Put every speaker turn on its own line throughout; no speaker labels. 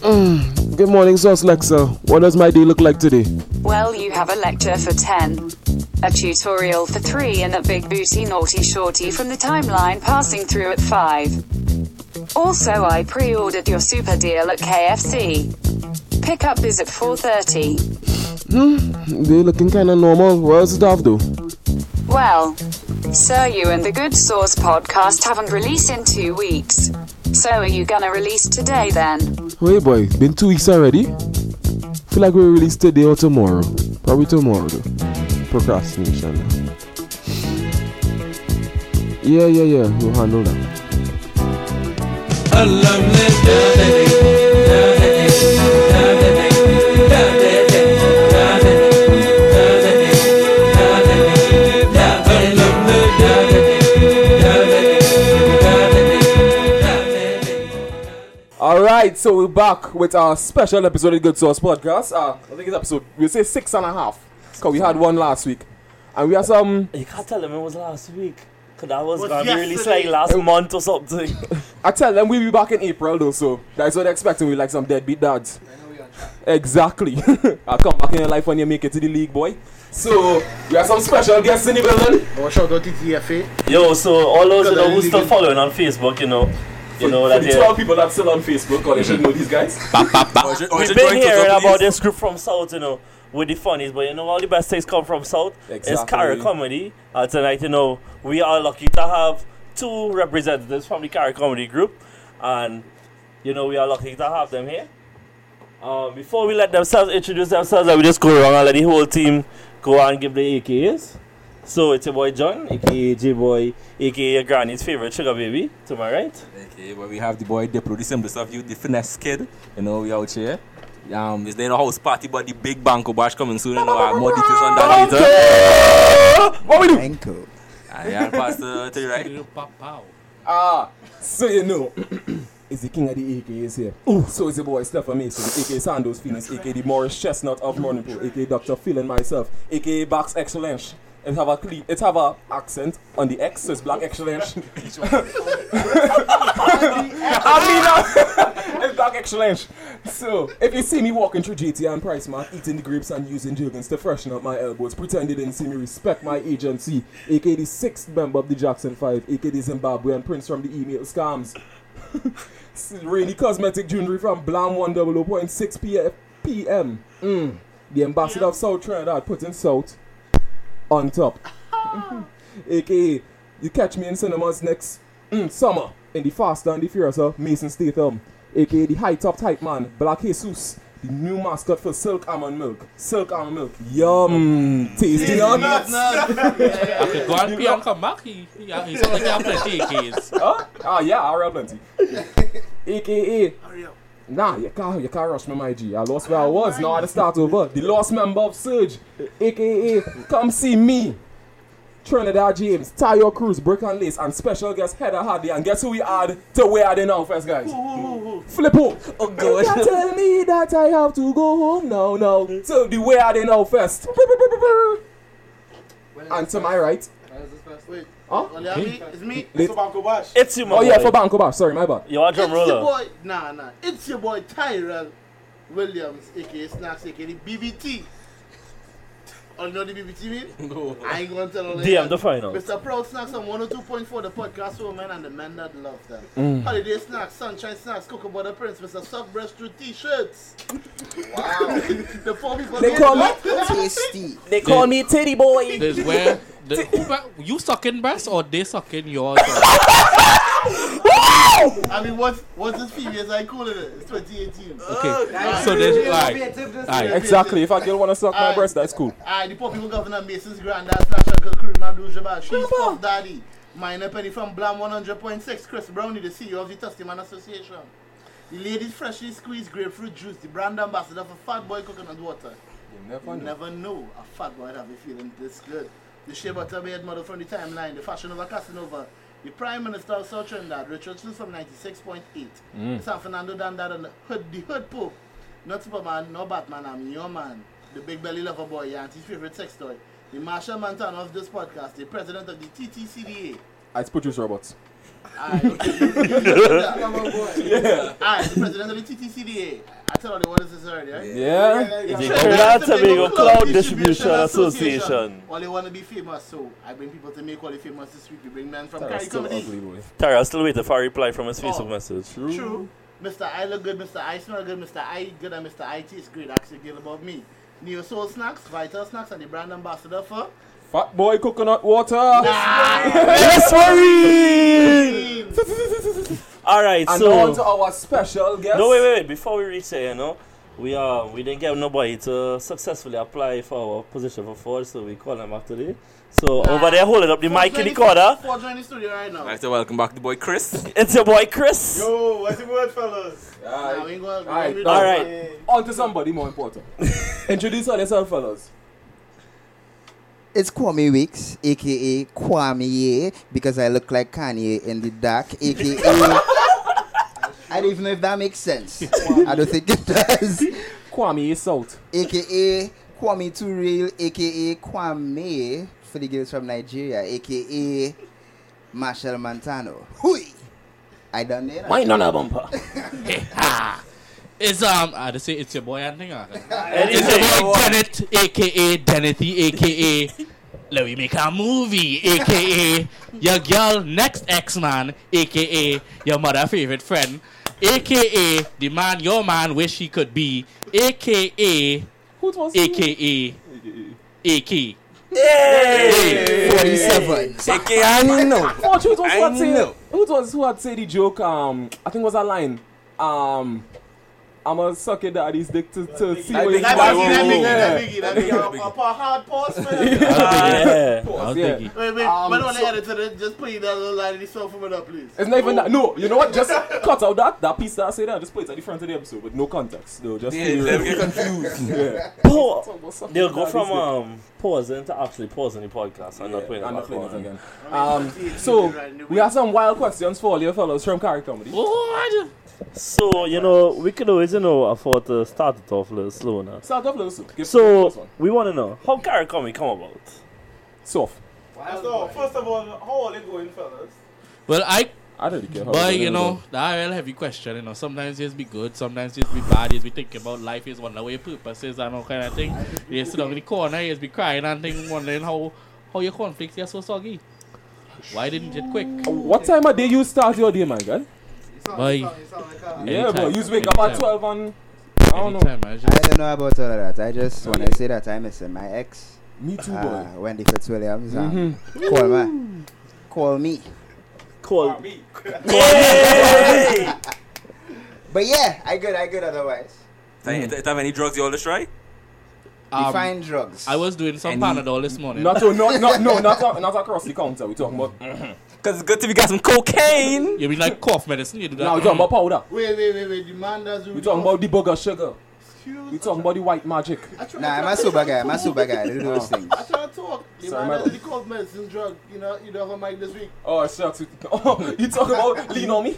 Good morning, Sauce Lecture. What does my day look like today?
Well, you have a lecture for 10, a tutorial for 3, and a big booty naughty shorty from the timeline passing through at 5. Also, I pre-ordered your super deal at KFC. Pickup is at 4.30.
They looking kinda normal. What else to have though?
Well, sir, you and the Good Source podcast haven't released in two weeks. So are you gonna release today then?
Hey boy, been two weeks already. Feel like we release today or tomorrow. Probably tomorrow though. Procrastination. Yeah, yeah, yeah. We'll handle that.
A lonely day.
All right, so we're back with our special episode of Good Source Podcast. Uh, I think it's episode we'll say six and a half because we had one last week, and we had some.
You can't tell them it was last week. Cause that was, gonna be released
yesterday.
like last month or something.
I tell them we'll be back in April though, so that's what they're expecting. We like some deadbeat dads. Exactly. I'll come back in your life when you make it to the league, boy. So we have some special guests in the building.
Oh, shout out to TFA.
Yo, so all those you
Cause
know
I
who's
really
still
didn't-
following on Facebook, you know, you know
For
that
the
they-
twelve people that's still on Facebook, or they should know these guys.
we've been hearing about this group from South, you know, with the funnies, but you know all the best things come from South. It's
Exactly.
Carrot Comedy, and tonight you know we are lucky to have two representatives from the Carrot Comedy group, and you know we are lucky to have them here. Uh, before we let themselves introduce themselves, I will just go around and let the whole team go and give the AKAs. So it's your boy John, aka J Boy, aka your granny's favorite sugar baby, to my right.
Okay, but we have the boy Diplo, the simplest of you, the finesse kid. You know, we out here. Um, is there a house party, but the big banco bash coming soon. You know, I have more details on that later.
What we do?
Anko.
And yeah, Pastor, to your right.
Ah, so you know, it's the king of the AKAs here. Ooh, so it's the boy Stephen Mason, aka Sandoz Phoenix, aka the Morris Chestnut of Morningpool, aka Dr. Phil and myself, aka Box Excellence. It have a cle- it have a accent on the X, so it's Black Excellence. I mean, uh, it's Black Excellence. So if you see me walking through GTA and Price Mart, eating the grapes and using Jergens to freshen up my elbows, pretend you didn't see me respect my agency, aka the sixth member of the Jackson Five, aka the Zimbabwean prince from the email scams. Really cosmetic jewelry from Blam 100.6 PF PM. Mm. The ambassador of South Trinidad putting South on top. AKA, you catch me in cinemas next mm, summer in the Fast and the Furious of Mason Statham. AKA the high top type man, Black Jesus. The new mascot for Silk Almond Milk. Silk Almond Milk. Yum. Mm. Tasty nuts.
Go and pee and come back. He, he, he, he sounds like he have plenty of kids.
Huh? Ah, yeah, I read plenty. AKA. Nah, you can't, you can't rush me, my G. I lost where I was. Now I had to start over. The lost member of Surge, aka Come See Me. Trinidad James, Tayo Cruz, Brick and Lace, and special guest Heather Hadley. And guess who we add to where are they now, first guys? Flippo. Oh, God. You can't tell me that I have to go home now, now. To the where are they now, first. And to my right.
Wait,
Huh?
well, yeah, me, it's me.
Lit-
It's Banco Bash.
It's you, my
Oh, yeah,
boy.
for Banco Bash. Sorry, my bad.
You are drum
It's your
roller.
boy. Nah, nah. It's your boy Tyrell Williams, aka Snacks, aka the BBT. Oh, you know the BBT mean? No. I ain't gonna tell all
DM
of that.
the final.
Mr. Proud Snacks on 102.4, the podcast for men and the men that love them. Holiday Snacks, Sunshine Snacks, Cocoa Butter Prince, Mr. Soft Breast Truth T-shirts. Wow. the four people
They call me-
Tasty.
They call me Titty Boy.
There's where the, who ba- you sucking breast or they sucking yours?
I mean, what's, what's this female? I call it it. It's 2018.
Okay, so there's like, alright.
Exactly. If a girl wanna suck my
Alright.
breast, that's cool.
Alright, the poor people governor Mason's granddad slash uncle Kareem Abdul-Jabbar. ah, She's Puff Daddy. Minor Penny from Blam 100.6. Chris Brownie, the CEO of the Tusty Man Association. The ladies freshly squeezed grapefruit juice. The brand ambassador for Fat Boy Coconut Water. You never know a fat boy would have been feeling this good. The Shea Butter Beard model from the timeline. The fashion over Casanova. The Prime Minister of South Trinidad, Richard Sleuth from 96.8. San Fernando Dandad and the Hood, the Hood Pope. Not Superman, no Batman, I'm your man. The big belly lover boy, your auntie's favorite sex toy. The Marshall Manton of this podcast, the president of the TTCDA.
It's produce robots.
Alright, okay, you- you- you did that. Alright, the president of the TTCDA. I tell all the ones this already, right?
Yeah.
The
Trinidad
Trinidad
Tobago
Tobago Cloud
Cloud
Distribution
Distribution
Association.
Well, they want to be famous, so I bring people to make all the famous this week. We bring men from
That's
Cali
still
Comedy.
ugly, boy.
Tara, I'm still waiting for a reply from his Facebook
Oh.
message.
True. Mr. I look good, Mr. I smell good, Mr. I good, and Mr. I taste great. Ask your girl about me. Neo Soul Snacks, Vital Snacks, and the brand ambassador for.
Fat boy coconut water.
Ah, Yes, worry! Alright,
And on to
so.
our special guest.
No, wait, wait, wait. Before we reach there, you know, we uh, we didn't get nobody to successfully apply for our position for Ford, so we call them back today. So over there, holding up the mic in the corner,
For joining the studio right now.
I'd like to welcome back the boy Chris.
it's your boy Chris.
Yo, what's the word, fellas?
Now, we
Alright.
ain't gonna- we
Alright,
ain't
All
gonna-
right.
On to somebody more important. Introduce yourself, fellas.
It's Kwame Weeks, aka Kwame, because I look like Kanye in the dark, aka. I don't even know if that makes sense. I don't think it does.
Kwame is out.
aka Kwame Too Real, aka Kwame, for the girls from Nigeria, aka Marshall Montano. Hui! I done it.
Why not a bumper?
It's um, I just say it's your boy Anthony. uh, It's
Anything.
your boy Dennett, aka Dennethy, aka Let We Make a Movie, aka your girl next X Man, aka your mother favorite friend, aka the man your man wish he could be, aka
Who was
aka AK.
Hey!
47.
Okay, I didn't know.
Oh, who was who
I
had say
know.
who was who had said the joke? Um, I think was a line. Um, I'm a suck your daddy's dick to, to see
That
what
big-
you
that
got.
big-
Yeah.
that big-
That biggie, that biggie, that
Biggie.
biggie. Up a hard pause, man.
Uh,
Yeah.
I'll
Yeah.
take it.
Wait, wait,
Um,
um, but on
so-
the editor, just put that little line in the song for me up, please.
It's not even that. No, you know what? Just cut out that that piece that I said. and Just put it at the front of the episode with no context. No, just
Yeah, let me get confused.
yeah.
Pause.
Suck your
They'll go
daddy's
from
dick.
um pausing to actually pausing the podcast. I'm not playing
I'm not
it
playing it
again.
again. Um, so we have some wild questions for all your fellows from Carry Comedy.
What?
So you know we could always you know afford to start it off a little slow now.
Start off, Losu. Give give us
So
one.
we want to know how Karakomi come about.
soft.
So, first of all,
uh,
how are they going, fellas?
Well, I
I don't really care. how
But
it's
you
gonna
know, that real heavy question. You know, sometimes it's be good, sometimes it's be bad. It's be thinking about life, it's wonder where your purpose is and all kind of thing. You sit down in the corner, it's be crying and think wondering how how your conflicts are so soggy. Why didn't it quick?
go. What time of day you start your day, my God?
Bye.
Yeah,
Anytime.
but you wake up at
Anytime.
12 and. I don't know.
Anytime, I
I
just,
don't know about all of that. I just, when I say that, I'm missing my ex,
Me too,
Ah.
uh,
boy. Mm-hmm.
Wendy Fitzwilliams. Um, Call me. Call me.
Call
But yeah, I good, I good otherwise.
Don't don't have any drugs you always try?
Define
um,
drugs.
I was doing some
Any-
Panadol this morning.
Not, to, not, not, no, not, not across the counter. We're talking about.
Because Mm-hmm. it's good to be got some cocaine.
you mean like cough medicine? You do that.
Now we're talking about powder.
Wait, wait, wait, wait. The man that's
We're talking about the bugger sugar.
Excuse
We're talking about the white magic.
Nah, I'm a super guy. I'm a super guy. I do those things.
I try to talk. The
Sorry, my
man
bad.
that's the cold medicine drug. You know, you know, mic this week.
Oh, shucks. Oh, you talking about lean on me?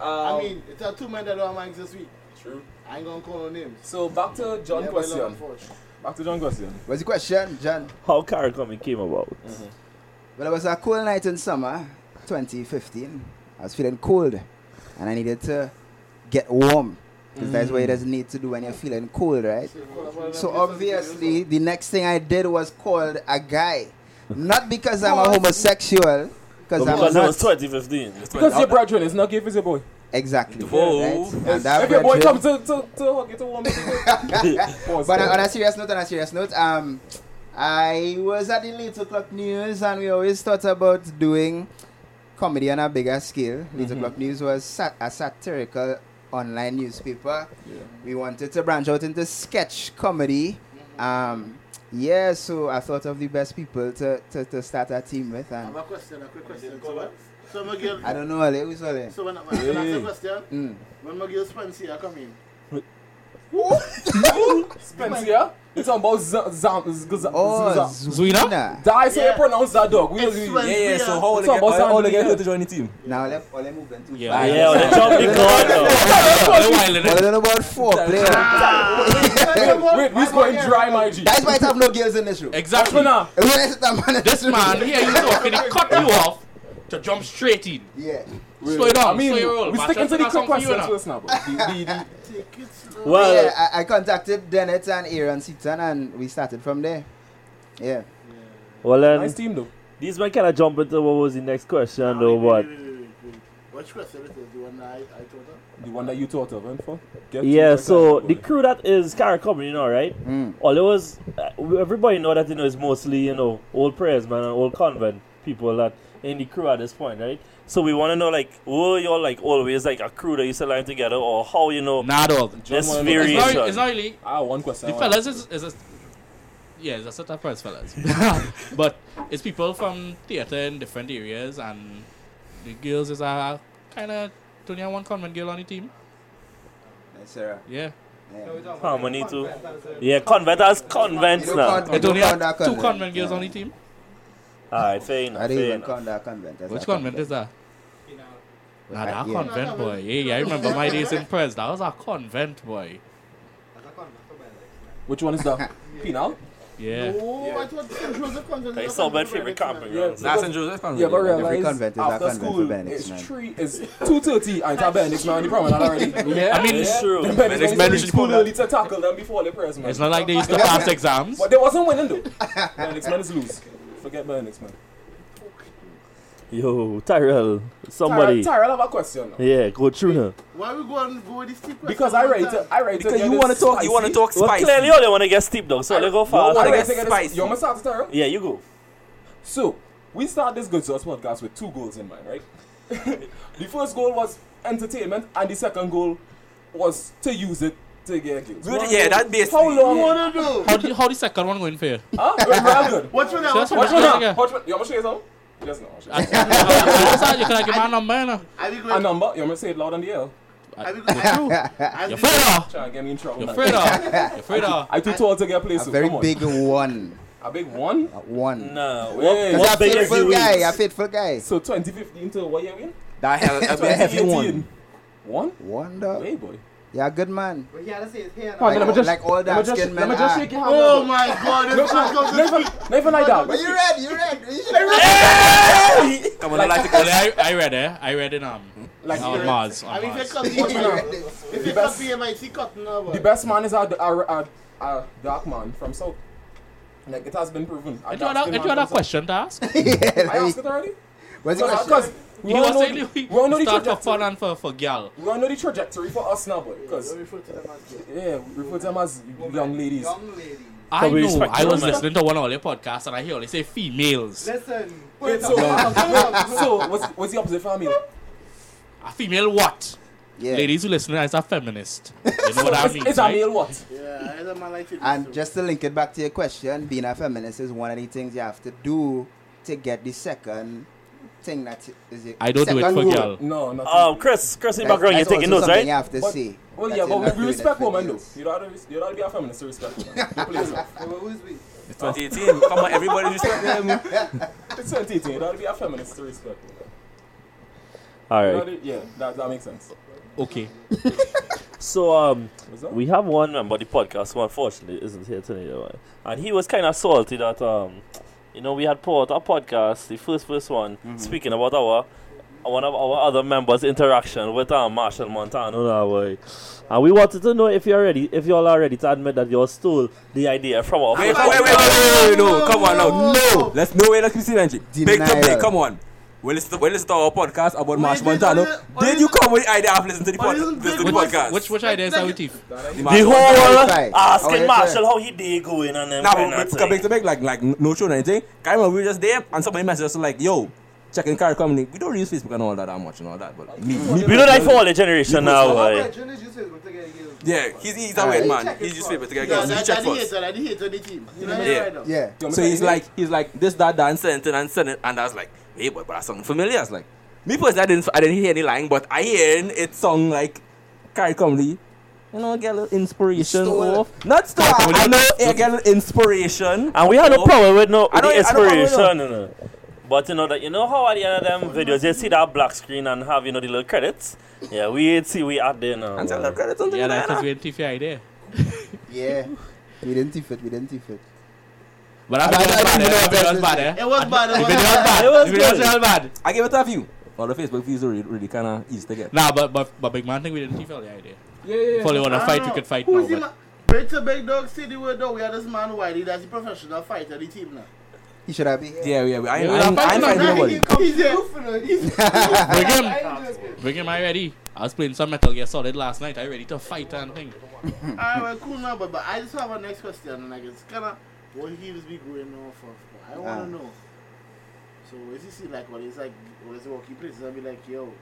I mean, it's a two men that don't mics this week.
Um, True.
I ain't gonna call no names.
So back to John
Yeah, well,
question.
unfortunately.
Back to John question.
What's the question, John?
how Karakomi came about.
Well, it was a cool night in summer, 2015. I was feeling cold, and I needed to get warm. Because that's
Mm.
what you just need to do when you're feeling cold, right? So obviously, the next thing I did was called a guy. Not because I'm a homosexual, because I'm
Because it
not.
was 2015.
Because your brethren is not giving your boy.
Exactly.
Whoa.
Right? And
If
that
your boy
brethren-
comes to, to, to hug you to warm you. Pause.
But on a serious note, on a serious note, um, I was at the Little Clock News, and we always thought about doing comedy on a bigger scale. Little Clock News was sat- a satirical online newspaper. We wanted to branch out into sketch comedy. Um, yeah, so I thought of the best people to, to, to start a team with,
I have
and
a question. A quick question. So what? So my girl.
I don't know, Ale, who's Ale?
So when I when I ask
Hey.
a question,
Mm.
when my girl Spencer come in,
Spencer, it's about Zam. Zam. Zam.
Oh,
Zam.
Zuina.
That's how you
Yeah.
pronounce that dog. We,
It's
we,
Spencer.
Yeah, yeah, so how will
It's
they get,
about
how, how they get
Zambia.
her to join the team?
Now let let me move them too
Yeah,
far.
yeah, on the jump the guard though.
They're wild,
Well, I
innit?
don't know about four players.
Wait, we're going dry, my G.
That's why it have no girls in this room.
Exactly.
Nah,
When I sit down in
This man here, you talking, he cut you off to jump straight in.
Yeah.
Slow down,
I mean,
slow your roll.
we're
man.
sticking to the
That's
quick
something for you
questions
now.
first now. but the- the- the-
Um,
Take it slow.
Well,
yeah, I, I contacted Dennett and Aaron Seaton and we started from there. Yeah.
well
Nice
then,
team, though.
these men kind of jump into what was the next question though, but
Wait, wait, wait, wait, wait. Which question it is? The one that I, I told her?
The one that you thought of, and for? Get
yeah,
to-
so the crew that is Cara Company, you know, right?
Mm.
All it was, uh, everybody know that you know is mostly you know old prayers man and old convent people that in the crew at this point, right? So we want to know like, were you all like always like a crew that used to line together, or how you know
Nah, dog.
this
wanna know-
It's
variation?
not, it's not really.
Ah, one question.
The
one.
fellas is, is a. Yeah, it's a set of price fellas. but it's people from theater in different areas, and the girls is a kind of. Tony one convent girl on the team.
That's Sarah.
Yeah.
Yeah.
Harmony too. Yeah, convent as convents
You
now.
can't-
It only have
don't count Oh, that
two
convent.
convent girls
Yeah.
on the team.
All right, fair enough.
I
fair
didn't even
enough.
count that convent. That's
Which
a
convent is that? Nah,
Uh,
that
yeah.
convent boy. Yeah, I remember my days in Prez. That was a convent boy.
Which one is that? Penal?
Yeah.
Oh, I thought St. Joseph comes in
Like
the
so bad
Convent
favorite
Benedict,
camping
man.
Yeah.
grounds.
That's St. Joseph's convent.
Yeah, but
Every
realize
convent is a
after
convent for
school,
Benedict,
it's
man.
three, it's two thirty, and it's a Benedict man. You probably not already.
I mean,
It's true.
Benedict
Benedict
man
usually
school
pull
early to tackle them before the prayers, man.
It's not like they used to pass exams.
But they wasn't winning though. Benedict man is loose. Forget Benedict man.
Yo, Tyrell,
Tyrell,
somebody.
Tyrell, I have a question. Now.
Yeah, go through now.
Why we go and go with these people?
Because I ready to, I ready to
Because
get
you want to
this
talk, you want to
spicy.
talk
Well,
spicy.
clearly, all they want to get steep though, so they go
I
fast.
ready
wanna get
to get
spicy.
this. You want me to start, Tyrell?
Yeah, you go.
So, we start this Good Source podcast with two goals in mind, right? the first goal was entertainment, and the second goal was to use it to get kills.
Good, yeah, that basically.
How long?
What do you do?
How, do, how the second one going for you?
Huh? Wait, Real good.
What's your name?
That's
What's
what
your name?
Watch me now.
Yeah.
Watch me. You want me to say something? Yes, no. Watch it.
you can give my number now.
Are we
A
going?
number? You want me to say it loud on the air?
Are we going? Are
You're
we
afraid
going?
of.
Try and get me in trouble.
You're
now.
afraid of. You're afraid of.
I too tall to get played.
A very
Come on.
big one.
A big one.
A One.
No,
Wait.
what,
Is
A
what big is the
faithful
weed?
guy. A faithful guy.
So 2015 to what year again?
That hell, that be a heavy one.
2018. One?
One dog.
Hey boy.
Yeah, good man.
But yeah, that's it. Here
Come on, let me
Like,
just-
like all
Let me
that
just,
skin
let
men
me just
are.
shake your hand.
Oh my God! This man
no,
comes.
no, no, even like that.
But you read, you read. You should read.
Come on, I like to
Well,
go
I, I read it. I read it um,
Like
on Mars.
I
On
mean, if it
Mars.
comes,
You
if
read this.
it comes, be my secret number.
The best man is a, a, a, a dark man from South. Like it has been proven. A
It
dark
was a-
skin
it
man
was a
from South.
question to ask.
Yeah,
I asked
like,
it already.
what's the
Because
question?
we
He
all
was
know,
saying
we all know the
he started for
trajectory.
fun and for, for gal.
We all know the trajectory for us now, boy. Because yeah, we refer to them as young ladies.
I
we
know.
respect
I was
women.
listening to one of their podcasts and I hear all they say females.
Listen.
Wait, so, so what's, what's the opposite for me?
A female what?
Yeah.
Ladies who listen is a feminist. You know what I mean?
It's a
right?
male what?
Yeah, I don't like it.
And just to link it back to your question, being a feminist is one of the things you have to do to get the second thing that is your
I don't do it
second
for
rule.
gal.
No, not.
Um, Chris, Chris in
That-
the background, you're
that's
taking notes,
also something
right?
You have to
But-
see.
well,
That's
yeah,
it,
but
not
we, we
doing it
respect
for
women though.
girls.
You don't have to, you don't have to be a feminist to respect women. You please not.
It's 2018. Come on, everybody respect them.
It's 2018. You don't have to be a feminist to respect women.
All
You don't
right.
have to- Yeah, that, that makes sense.
Okay.
So um,
What's that?
we have one member of the podcast who unfortunately isn't here tonight, uh, and he was kind of salty that um, you know, we had put out a podcast, the first first one,
Mm-hmm.
speaking about our one of our other members' interaction with um, Marshall Montano, that way. and we wanted to know if you're ready, if y'all are ready to admit that you all stole the idea from our.
Wait, wait,
first
wait, wait, wait, wait, wait, no, come on now. No, let's no way, let's be serious. Big to big,
Denial.
come on. We listen, we listen to our podcast about Marsh
Wait, wait,
Montano.
wait, wait,
Did
wait,
you
wait.
come with the idea of listening to the, pod-
Wait, wait,
listen to the
wait,
podcast?
Which which idea is that we teeth?
The whole world
Right.
asking
Alright,
Marshall how he did going and then
Nah,
going
but
and
but back
saying.
to back, like, like no show or anything. I remember we were just there and somebody messaged us like, yo, checking car company. We don't use Facebook and all that that much and all that, but me, me
We don't like for all the generation now. like.
Yeah, he's, he's a
Alright.
weird man. He's just paper to get
Yeah,
girls. He
that,
check
that the
first.
hater, that the hater, the team. You know
Yeah.
right now.
Yeah.
So he's like, he's like this, that, that, and sent it and sent it, and I was like, hey, boy, but that sound familiar. I was like, me personally, I didn't, I didn't hear any lying, but I hearing it song like Carrie Comley You know, get a little inspiration
Stole.
off. Not stole. I know. Yeah, get a little inspiration.
And we had no
off.
problem with no
I
with the
don't- I don't have a
inspiration, you know. But you know that you know how at the end of them videos you see that black screen and have you know the little credits. Yeah, we ain't see uh, we out there now.
And tell
man.
them credit something
Yeah,
like
that's
that.
a good TV idea.
Yeah. We didn't tiff it, we didn't tiff it.
But I
I- I- I
think
didn't
it
know
was
that.
bad, eh?
It was bad. It
The
was
video was
bad.
bad.
It was
The video was
good.
real bad.
I give it a view. All the Facebook views are really, really kind of easy to get.
Nah, but, but, but Big Man think we didn't feel the idea.
Yeah, yeah, yeah.
If only want to
I
fight,
don't
we
know.
could fight now.
Who's the
But
ma- Big to big dog city word though. We had this man Wiley that's a professional fighter the team now.
He should have been here.
Yeah, yeah. I,
Yeah,
I, I,
I'm
I,
fine,
ain't fighting
I'm
Now he
nobody.
can come- He's there.
bring him. Bring him already. I was playing some Metal Gear Solid last night. I ready to fight and thing.
Alright, well, cool now, but, but I just have a next question, and like it's kind of what heels be going off of. But I want to
Ah.
know. So is this see like what is like what is the walking places? I be like yo,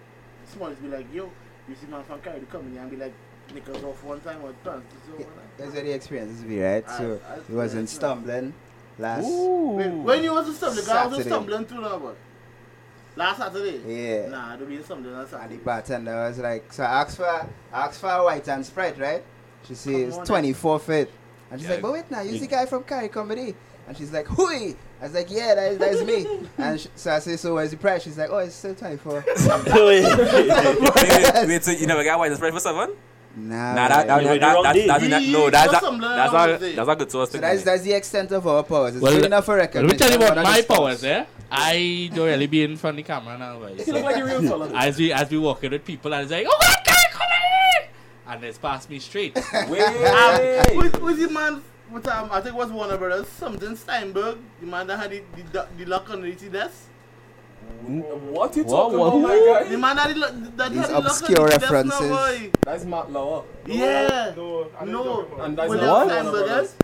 small is be like yo. You see man from Cali coming and be like niggas off one time or pants. So,
Yeah, That's where the experience be, right? So
I- I-
he was in stumbling last.
when, when you was a stumbling, I was a
Saturday.
stumbling too now, but last Saturday.
Yeah.
Nah, I don't be a stumbling on
And the
Saturday.
bartender was like, so I asked for, I asked for a white and sprite, right? She says,
Come on, eh?
24 fit. And she's
Yeah.
like, but wait now, you the guy from Carrie Comedy. And she's like, hooey. I was like, yeah, that is, that is me. and sh so I say, so where's the price? She's like, oh, it's still 24.
wait, wait, wait, so you never got white spread for seven?
nah,
Nah, that, that,
you went
that,
the
that,
wrong
that's,
day.
that's, that's, no,
You-
that's,
that's
that's,
some learn
that's,
on
not,
the day.
that's not good source to
so that's, that's the extent of our powers. It's
Well,
good enough for record.
Let me tell you
We're
about
not
my
just-
powers, eh? I don't really be in front of the camera now, right?
He look
So,
like a real fella. though.
as we as we walking with people and it's like, oh God, guy, come here! And it's past me straight.
Was, was the man with um, I think it was Warner Brothers, something Steinberg, the man that had the, the, do- the lock on the IT desk.
What you
What-
talking
what-
about, my
The
guy?
man that, the, lo- that
These
had the lock on the
obscure
IT desk now,
references.
boy.
That's Matt Lauer.
Yeah.
No, I didn't
No.
talk about
And
it.
that's not
Well, that's
Warner
Steinberg,
Brothers.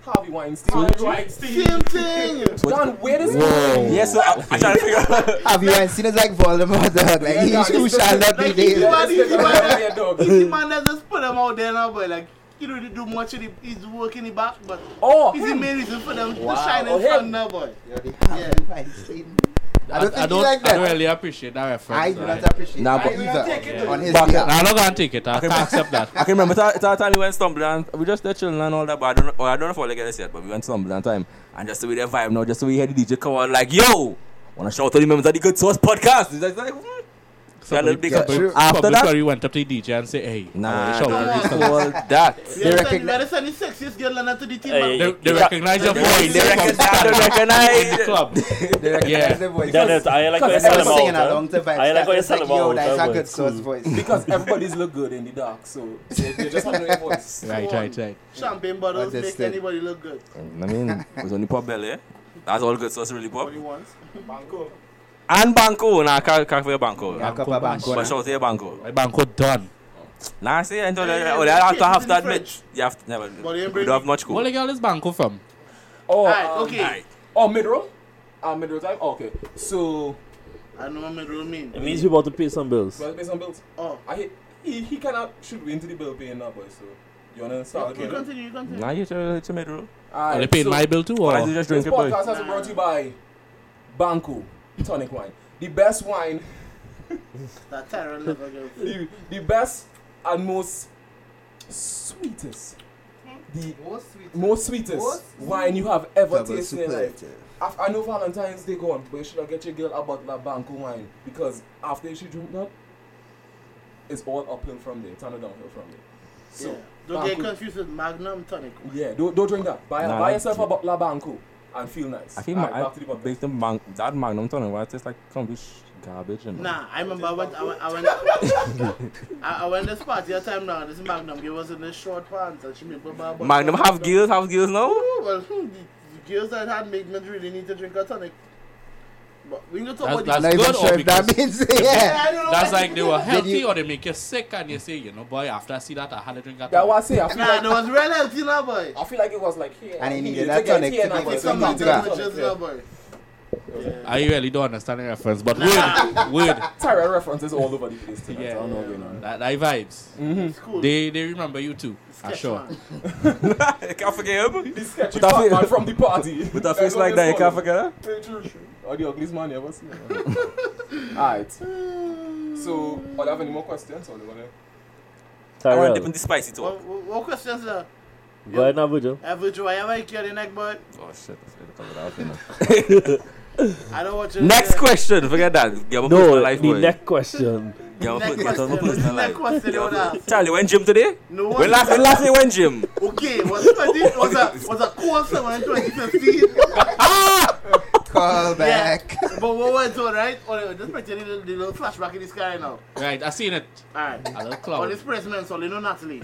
Harvey Weinstein.
Harvey Weinstein.
Same thing.
John, where is
Whoa.
Yes, so I, I'm trying to figure out.
Have you seen it like Voldemort, dog? Like,
Yeah,
he who
dog,
shall not be
like, he's
named.
the
Let's get out of here, dog.
He's the man that just put them out there now, boy. Like, he don't really do much of the, his work in the back, but
Oh,
he's the
him.
main reason for them
Wow.
to shine
Oh,
in front
him.
now, boy.
Harvey Weinstein. I don't
I
think he
don't,
like
I don't
that.
really appreciate that reference.
I do not
alright.
appreciate
Nah,
that
but-
either. On his
Back
behalf.
Nah, I'm not gonna take it. I can't accept that.
I can remember that that time we went stumbling and we just there chilling and all that, but I don't know, well, I don't know if I'll get this yet, but we went stumbling that time. And just the way they vibe now, just the way you hear the DJ come out like, yo, wanna shout out to the members of the Good Source podcast. It's just like, hmm. Yeah,
Somebody-
little big
somebody-
up.
Public
After that,
Curry went up to the DJ and said, hey, I wanna
nah,
shout
don't
out to
nah.
this
do all that.
They
recogni-
recognize the sexiest girl and to the team.
Hey,
man.
They, they recognize your
They
voice.
recognize, they
in the
recognize.
club.
They recognize
Yeah.
the voice.
Dennis, I like what you
Because I
said
was
about
singing
huh?
along to vibes.
I like what you
It's
said
Yo,
about
that's a good
that,
source voice.
Because everybody's look good in the dark, so so they just have no voice.
Right, right, right.
Champagne bottles make
Understood.
anybody look good.
I mean, it was only pop belly. eh? That's all good source really pop.
Only once.
Banco.
And Banco, nah, I can't, can't forget Banco.
Yeah, Copa Banco,
But
nah.
shout out to Banco.
My bank was done.
Nah, see, I told you,
Yeah, yeah,
oh, they
yeah,
have to
yeah,
have to
it's in
admit. You have to, never,
But they ain't
we
bring
don't have much
Where
cool.
the girl is Banco from?
Oh,
Alright,
um,
okay.
Alright.
Oh, middle? Uh, middle time? Okay. So,
I know what middle mean.
It means we about to pay some bills.
well, based on bills,
Oh.
I, he, he cannot shoot me into the bill paying now, boy, so. You wanna start
Okay,
the bill?
continue, you continue.
Nah, you should, you made rule.
Are
Alright,
they paying
so-
my bill too?
Why you
Or?
just
This
drink it, boy?
podcast has been brought to you by Banco Tonic Wine. The best wine,
That Tyrone never gave.
the, the best and most sweetest,
Hmm?
the most sweetest wine you have ever
Double
tasted in your life.
superlative.
Af- I know Valentine's Day gone, but you should not get your girl a bottle of Banco wine because after she drink that, it's all uphill from there. It's another downhill from there. So
Yeah. Don't get
Banco-
confused with Magnum tonic.
yeah, don't, don't drink that. Buy,
Nah,
buy
that-
yourself a bottle of Banco and feel nice.
I think
Alright,
my,
back to the
I
podcast.
baked them man, that Magnum Tonic wine tastes like complete sh- garbage. You know?
Nah, I remember I went, I went, I went, I, I went this party a time now. This Magnum gave us in this short pants and she made Baba.
Magnum have gills, have gills now?
Oh, well, hmm, the, the girls that had Magnum really need to drink a tonic. But we can talk
That's, that's
about
Not even
good or
sure if
because
that means. Yeah.
that's like they were healthy
you-
or they make you sick and you say, you know, boy, after I see that, I had a drink. At
That was it. I feel
Nah,
like
that was real healthy now, boy.
I feel like it was like here.
And he needed
did
that
take it
tonic
here
to
now,
make
but
it
It's
it's
some
come
not
of
out to
the
that.
tonic,
just
yeah.
now, boy.
I really don't understand the reference, but word, word,
Tyrell references all over the place. tonight, I don't know what's going on.
that, that vibes.
It's cool.
They they remember you too. I'm
Yes,
sure.
man.
I can't forget him.
The sketchy
With a
fat
face-
man from the party.
With a face like that, you can't forget him.
forget. Or the ugliest man you ever seen. oh, Alright. So, do you have any more questions? Or do you wanna
I want to
Tyrell.
dip into spicy too.
What, what, what questions
uh,
are?
Go ahead now, Bujo.
Uh, Virgil, why am I carrying neck, but
Oh shit, I forgot to cover that up,
I don't want you
you know.
to-
Next question, forget that. Give a
No,
personal life,
the
boy.
next question.
Give a
Next
get on
question.
my
What's the
personal
next
life.
question you want to ask?
Charlie, went gym today?
No
When
one.
last, when last day went gym?
Okay, was it was a was a cool summer in 2015?
Call back.
But what was it, right? All right, just pretend the, the little flashback in this car right now.
Right, I seen it.
All right.
A little
Oh.
All
clown.
this president, so you know Natalie.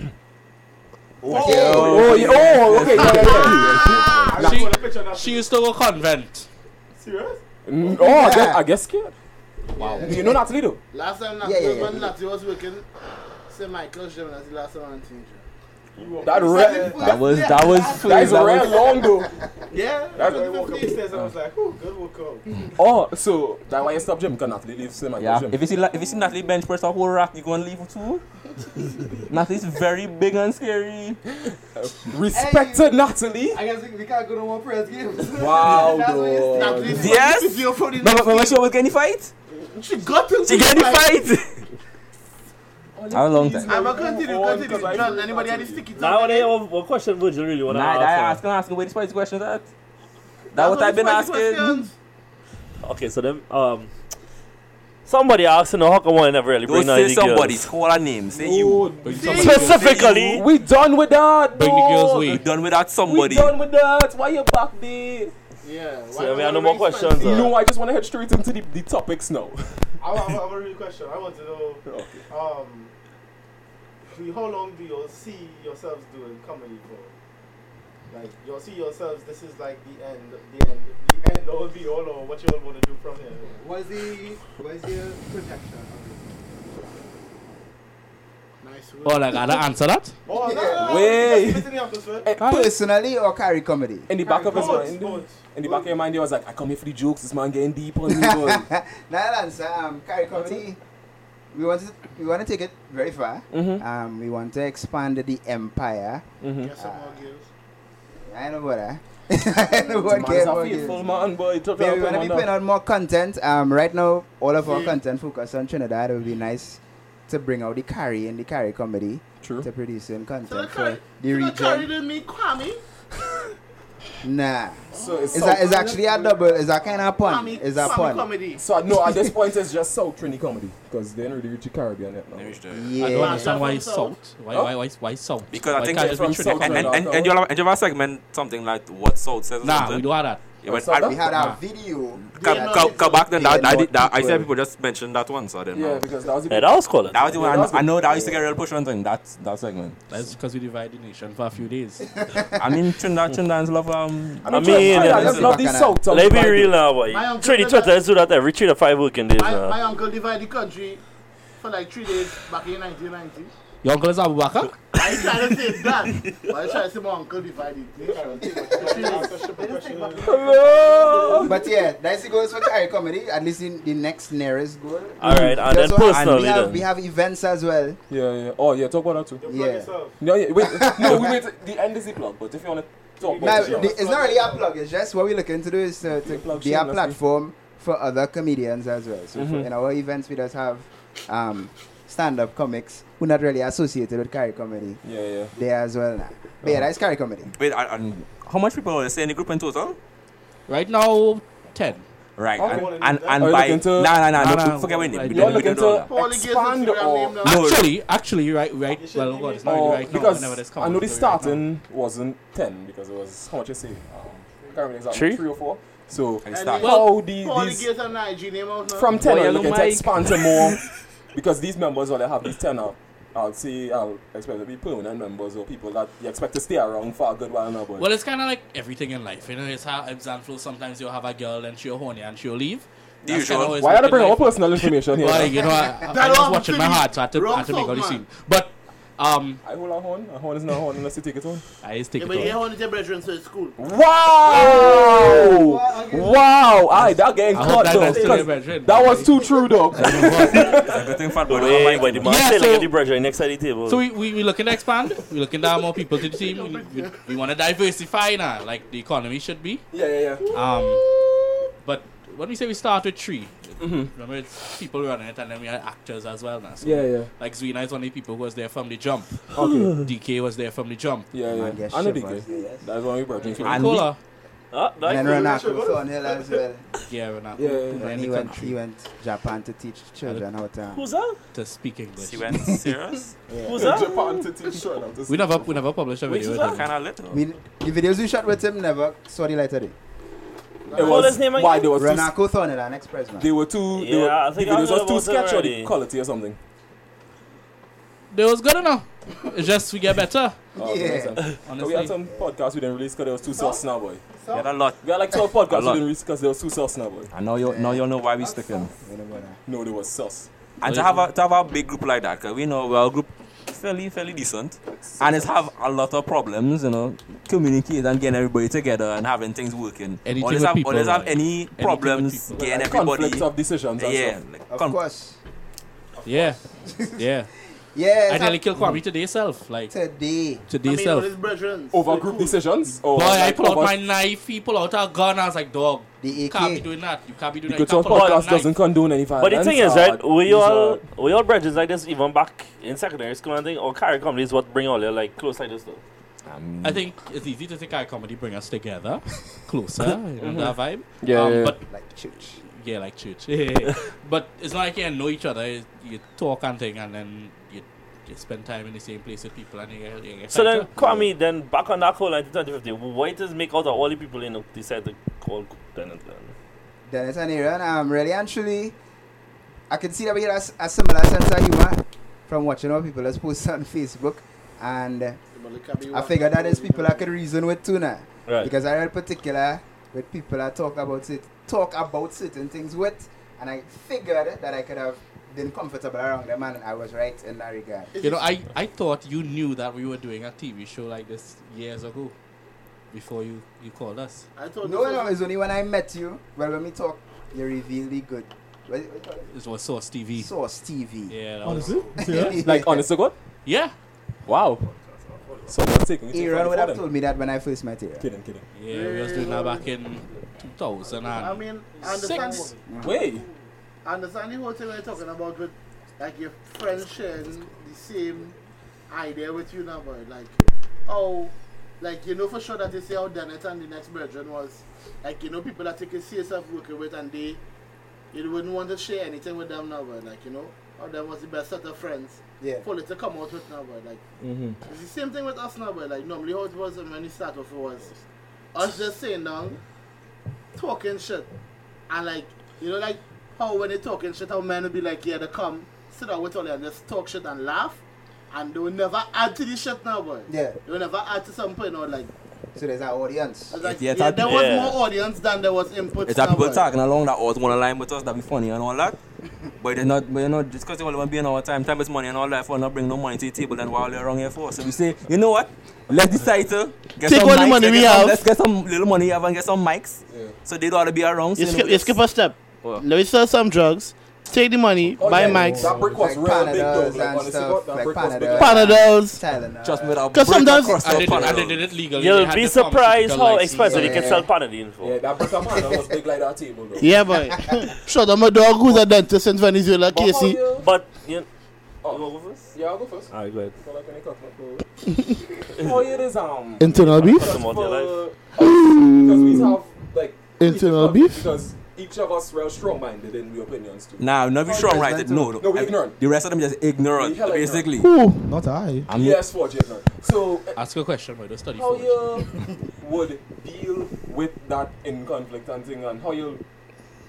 Oh, yeah. oh okay. Yeah, yeah, yeah.
I just
She-
want a picture of that.
She used to go convent.
Serious?
Mm, oh, I guess, I guess scared. Wow. You know Natalie though?
Last time
Yeah,
Natalie,
yeah, yeah.
when Natalie was working, St. Michael's gym, that's the last time I changed her.
You walk up
That rare,
That was, that was,
that is rare long though.
Yeah,
the stairs, I walk up the stairs, I was like, oh, good workout.
Oh, so that why you stop gym? Because Natalie leaves same
Yeah,
yeah, gym.
if you see La- if you see Natalie bench press a whole rack, you gonna leave too. Natalie's very big and scary.
Respected Natalie.
I guess we can't go to one press game.
Wow,
That's what you said.
though.
Natalie's
Yes.
video for the
Remember, remember she always get in the fight?
She got to
She get in the fight. How long time?
I'm gonna continue,
on,
continue.
'cause I
John,
feel
anybody had
Natalie.
the sticky
Now,
tongue?
what, what, what question would you really want to
Nah, that I
ask?
asking asking where the spicy questions at. That
That's
what
all
I've
the
been
spicy
asking.
questions.
her? Okay, so then, um, somebody asked, you know, how come one never really
Don't
bring out
say
any
somebody,
girls?
call her name, say you.
Specifically,
We done with that.
Bring the
dog.
girls
You
away.
done with that
We
somebody.
done with that. Why you back there?
Yeah. why
So,
not
we have no more
really spicy?
questions. uh,
No, I just want to head straight into the, the topics
I
now.
wa- I wa- I have a real question. I want to know, um, we- how long do you see yourselves doing comedy for? Like, you see yourselves, this is like the end, the end, the end all be all, or what you all want to do from here?
What's the what's your projection?
Nice.
Oh, like, I don't answer that?
Oh, no, no, no,
Wait.
just listening up this way.
Eh,
Personally or carry comedy?
In the back of his
Hmm.
Both,
mind,
both.
in the back of your mind, he was like, "I come here for the jokes. This man getting deep on me." boy."
Not answer. Um, carry comedy. We want to we want to take it very far.
Mm-hmm.
Um, we want to expand the empire.
Get some
Ah.
more girls.
I know what. eh? I know what.
Man's
game,
a
what
faithful
game.
man, boy. Tough
Yeah,
help
we
him
want to
on
be putting
that.
out more content. Um, right now, all of our
Yeah.
content focus on Trinidad. It would be nice to bring out the carry and the carry comedy
True.
to producing
So the curry,
content for the
so the curry
region.
didn't mean Kwame.
Nah,
So it's,
it's,
South-
a, it's actually a double. It's a kind of pun.
Kwame,
It's a
Kwame
pun.
comedy.
so no. At this point, it's just South Trini comedy because they don't really reach the Caribbean yet. Now.
I don't
Yeah.
understand why it's salt. Why, why, why, why salt?
Because
Why
I think
can't
they're
just be
from
Trinidad?
South
And and and, and you have and you have a segment something like what Salt says. or
Nah,
something.
we don't have that.
Yeah, but
Oh, Salt,
I-
We had a video.
Come,
Yeah, no,
come,
it's
come back then.
yeah,
That, that,
no,
did- that, I
well.
said people just mentioned that once. I didn't
Yeah,
know.
because that was
yeah,
the.
that was cool.
That was the
Yeah,
one.
that was
I
it.
know that used to get a real push on thing. That that segment.
That's because we divide the nation for a few days.
I mean, Trinidad, Trinidadans love um.
I mean, eh,
I
yeah,
just love the
yeah.
South. South
Let me
vibe.
be real now, boy.
My uncle
Trinity
did
Twitter,
that.
let's do that every three to five working days.
My, my
uh.
uncle divided the country for like three days back in 1990.
Your uncle is Abu Bakr?
I try to say that, but I try to say my uncle divided.
But yeah, that's the goals for carry comedy. At least in the next nearest goal.
All right, and Ah, then
That's what happened.
personally,
we have,
then.
we have events as well.
Yeah, yeah. Oh, yeah. Talk about that too.
Plug
Yeah.
yourself.
No, yeah. Wait. No, we wait. The end is the plug. But if you want to talk
Now,
about
Yeah.
the, it's not really a plug. It's just what we're looking to do is to, to
plug
be a
shamelessly.
platform for other comedians as well. So for, in our events, we just have um, stand-up comics who not really associated with carry comedy
yeah, yeah.
there as well now. But yeah, that's carry comedy.
Wait, and, and how much people are there in the group in total?
Right now, 10.
Right,
Okay.
and and, and
Are you
by
looking to-
nah nah nah,
Nah,
no,
nah,
forget my name.
like-
We
You're
don't- we
looking
don't know
to
that.
expand or
No,
Actually, actually, right, right.
should
Well,
be
God, it's not
Oh,
really right now.
because
whenever this comes
I know the
it's not really right
starting wasn't 10 because it was how much you say? Um, I can't remember exactly,
Three?
or 4. So,
and start.
Well,
how
Paul
the,
the
these
Gates and Nigeria out now.
from 10
Boy,
are
hello,
looking to
Mike.
expand to more because these members all they have these 10 are. I'll say I'll expect to be permanent members or people that you expect to stay around for a good while now. But
now. Well, it's kind of like everything in life. You know, it's how ebbs and flows. Sometimes you'll have a girl and she'll horny and she'll leave. That's
usual.
kinda how it's
why are they
like in
bringing up
life.
personal information here?
Well,
now?
you know, I, I,
That
I was
one
watching my
silly.
heart, so I had to, I
Wrong
had to make
song,
all the
man.
scene. But, um,
I hold a horn. A horn is not a horn unless you take it on.
I just take
Yeah, but
it
you
off.
hold your brethren, so it's cool.
Wow! Wow! Aye, that getting
I hope
caught
that
though.
guy's still in
because
Madrid.
That was too true though.
It's a good thing fat boy. don't
Wait,
have
wait,
mic.
the man
Yeah,
still
so-
get the brethren next to the table.
So we, we, we looking to expand. We're looking to add more people to the team. We, we, we want to diversify now, like the economy should be.
Yeah, yeah, yeah.
Um, but when we say we start with three,
Mm-hmm.
Remember, it's people running it, and then we had actors as well. Now, so
Yeah, yeah.
Like Zwina is one of the people who was there from the jump.
Okay.
DK was there from the jump.
Yeah,
Man,
yeah.
get
I know the
shivers.
game. That's why we brought him.
And Nicola.
Ah, nice.
And then Renato was on here as well.
Yeah, Renato.
Yeah, yeah, yeah.
And he went, he went Japan to teach children how to.
Who's that?
to speak English.
She went serious?
Who's
Yeah.
that?
Japan to teach shut up.
We never, we never published a
Which
video.
is
though.
that?
Kinda lit. though.
We, the videos we shot with him never saw the light of day.
It
Call his
was
name again?
why they was too,
Renaco Thornhill and Express Man.
they were too they
Yeah,
were,
I
the
think I
videos
know
was too
about that
sketch or the
already.
quality or something.
They was good enough. It's just we get better.
Oh,
Yeah.
that's it. So we
Honestly,
had some podcasts we didn't release because there was too sauce now, boy.
We had a lot.
We had like 12 podcasts
A
we
lot.
didn't release because there was too sauce now, boy.
And now you now you know why we sticking.
You know about that.
No, there was sauce.
And to have a to have a big group like that, 'cause we know we're a group fairly fairly decent, and it's have a lot of problems, you know, communicating and getting everybody together and having things working.
Anything
always
with
have
people,
always have
right.
any
with
problems
people.
getting
Like,
everybody.
Conflicts of decisions and
Yeah,
stuff.
like,
Of
con-
course.
yeah, yeah.
Yeah.
I
it's
nearly killed Kwame today self. Like
Today.
today
I mean,
self.
with his brethren.
Over
Like,
group
cool.
decisions? Or
Boy, I
like
pulled out
over-
my knife. He pulled out a gun. I was like, dog,
The
you can't be
AK.
doing that. You can't be doing that. You
Because
can't
our
pull out
podcast
a
doesn't
knife.
condone any violence. uh,
But the thing is,
or
right, we
these
all
are-
we all brothers like this even back in secondary school and thing or carry comedy is what bring all your like close like this though.
I think it's easy to think our comedy bring us together closer. you
Mm-hmm.
know that vibe. Um,
Yeah, yeah, yeah.
But
Like church.
yeah, like church. Yeah. but it's not like you know each other. You you talk and thing, and then you, you spend time in the same place with people, and you get, you get
So then
tighter.
Kwame then back on that whole like 2015, why does make out of all the people in the decide to call then and then?
Dennis and Aaron, um, really and truly, I can see that we get a, s- a similar sense of humor from watching all people that's posted on Facebook. And uh, I figure that is people I could reason with too now.
Right.
Because I read particular with people I talk about it, talk about certain things with, and I figured that I could have been comfortable around them, and I was right in that regard.
Is
You know,
it-
I, I thought you knew that we were doing a TV show like this years ago before you, you called us.
I thought
No,
this
no,
was-
it's only when I met you. Well, when we talk, you reveal the good. What, what you call it?
It was Source TV.
Source TV.
yeah,
Oh,
that was,
Honestly? Like, honest to God?
yeah,
Wow. Someone's taking it.
Aaron would have
Kidding,
told me that when I first met Aaron.
kidding.
yeah, we was doing that back in 2000
I
and
mean, I understand,
Six.
Wait.
I understand the whole thing we're talking about with like your friends sharing the same idea with you now, boy. Like, oh, like you know for sure that they say how Dennett and the next version was like you know people that they could see yourself working with and they you wouldn't want to share anything with them now, boy. Like you know, how them was the best set of friends
Yeah.
for it to come out with now, boy. Like
Mm-hmm.
it's the same thing with us now, boy. Like normally how it was when we started off it was us just saying down, talking shit, and like you know like how when they talking shit, how men will be like yeah, they come sit down with all and just talk shit and laugh, and they will never add to the shit now, boy.
Yeah.
They will never add to something or like,
So there's our audience.
it's like
Yeah,
yeah,
it's a-
there was
yeah.
more audience than there was input.
It's that
now,
people
boy.
talking along that always want to line with us, that be funny and all that. But they're not, but you know, just because they want to be in our time, time is money and all that, if we're not bring no money to the table, then while they're around here for us. So we say, you know what? Let's decide to get
Take
some
all the
mics,
money
let's
we
get some-
have.
let's get some little money we have and get some mics.
Yeah.
So they don't want to be around. So
You
you know,
skip,
we
you
just-
skip a step.
What?
Now you sell some drugs, take the money,
Oh,
buy
yeah,
mics,
That brick was
Like
real big, though.
Panadols
Like,
and
honestly,
stuff,
God, that
like
brick was big.
Panadols.
Panadols. Tylenol.
Trust me, that
Cause
brick
sometimes-
across
I
the
did, I
panel.
did it legally. They
You'll
had
be
the pharmaceutical
surprised how
license.
expensive
yeah,
they can
yeah.
sell Panadine
Yeah,
for.
that brick of Panadol was big like that table, though.
Yeah, boy. Shut up, my dog who's a dentist in Venezuela,
But how
Casey.
you-
But you know,
Oh.
you wanna go first?
Yeah, I'll go first.
Alright, go ahead.
So, like, when I cut my clothes. How you this, um,
Internal beef?
Some of your life.
Because we have like
Internal
each of-
beef? Mm.
Because each of us were strong minded in we opinions too.
Nah, not be
Oh,
strong, right? No, no.
No, we
I-
ignorant.
The rest of them just ignorant,
We hella
basically.
Ooh.
Not I.
I'm
Yes, for Jason. So uh,
Ask a question, boy. Don't study
how
for it.
you would deal with that in conflict and thing, and how you,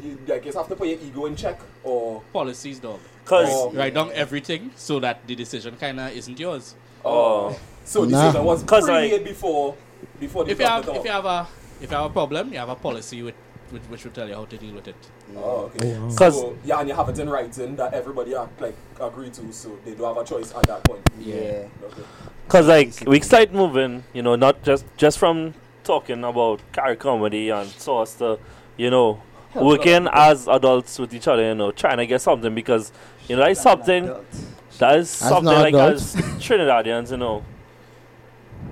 you I guess have to put your ego in check or
Policies, dog.
Cause
or,
Write down everything so that the decision kind of isn't yours.
or so
Nah.
decision was
'Cause, like-
pre-made before before the
Oh. If you have,
conflict
if you have a, if you have a problem, you have a policy with, with which will tell you how to deal with it.
Oh, okay.
wow.
Cause-
so, yeah, and you have it in writing that everybody uh, like agree to, so they don't have a choice at that point.
Yeah.
Okay.
Cause like we start moving, you know, not just just from talking about car comedy and source to, you know, working as adults with each other, you know, trying to get something because you know that's something that
As
is something
an
like
adult.
as Trinidadians, you know.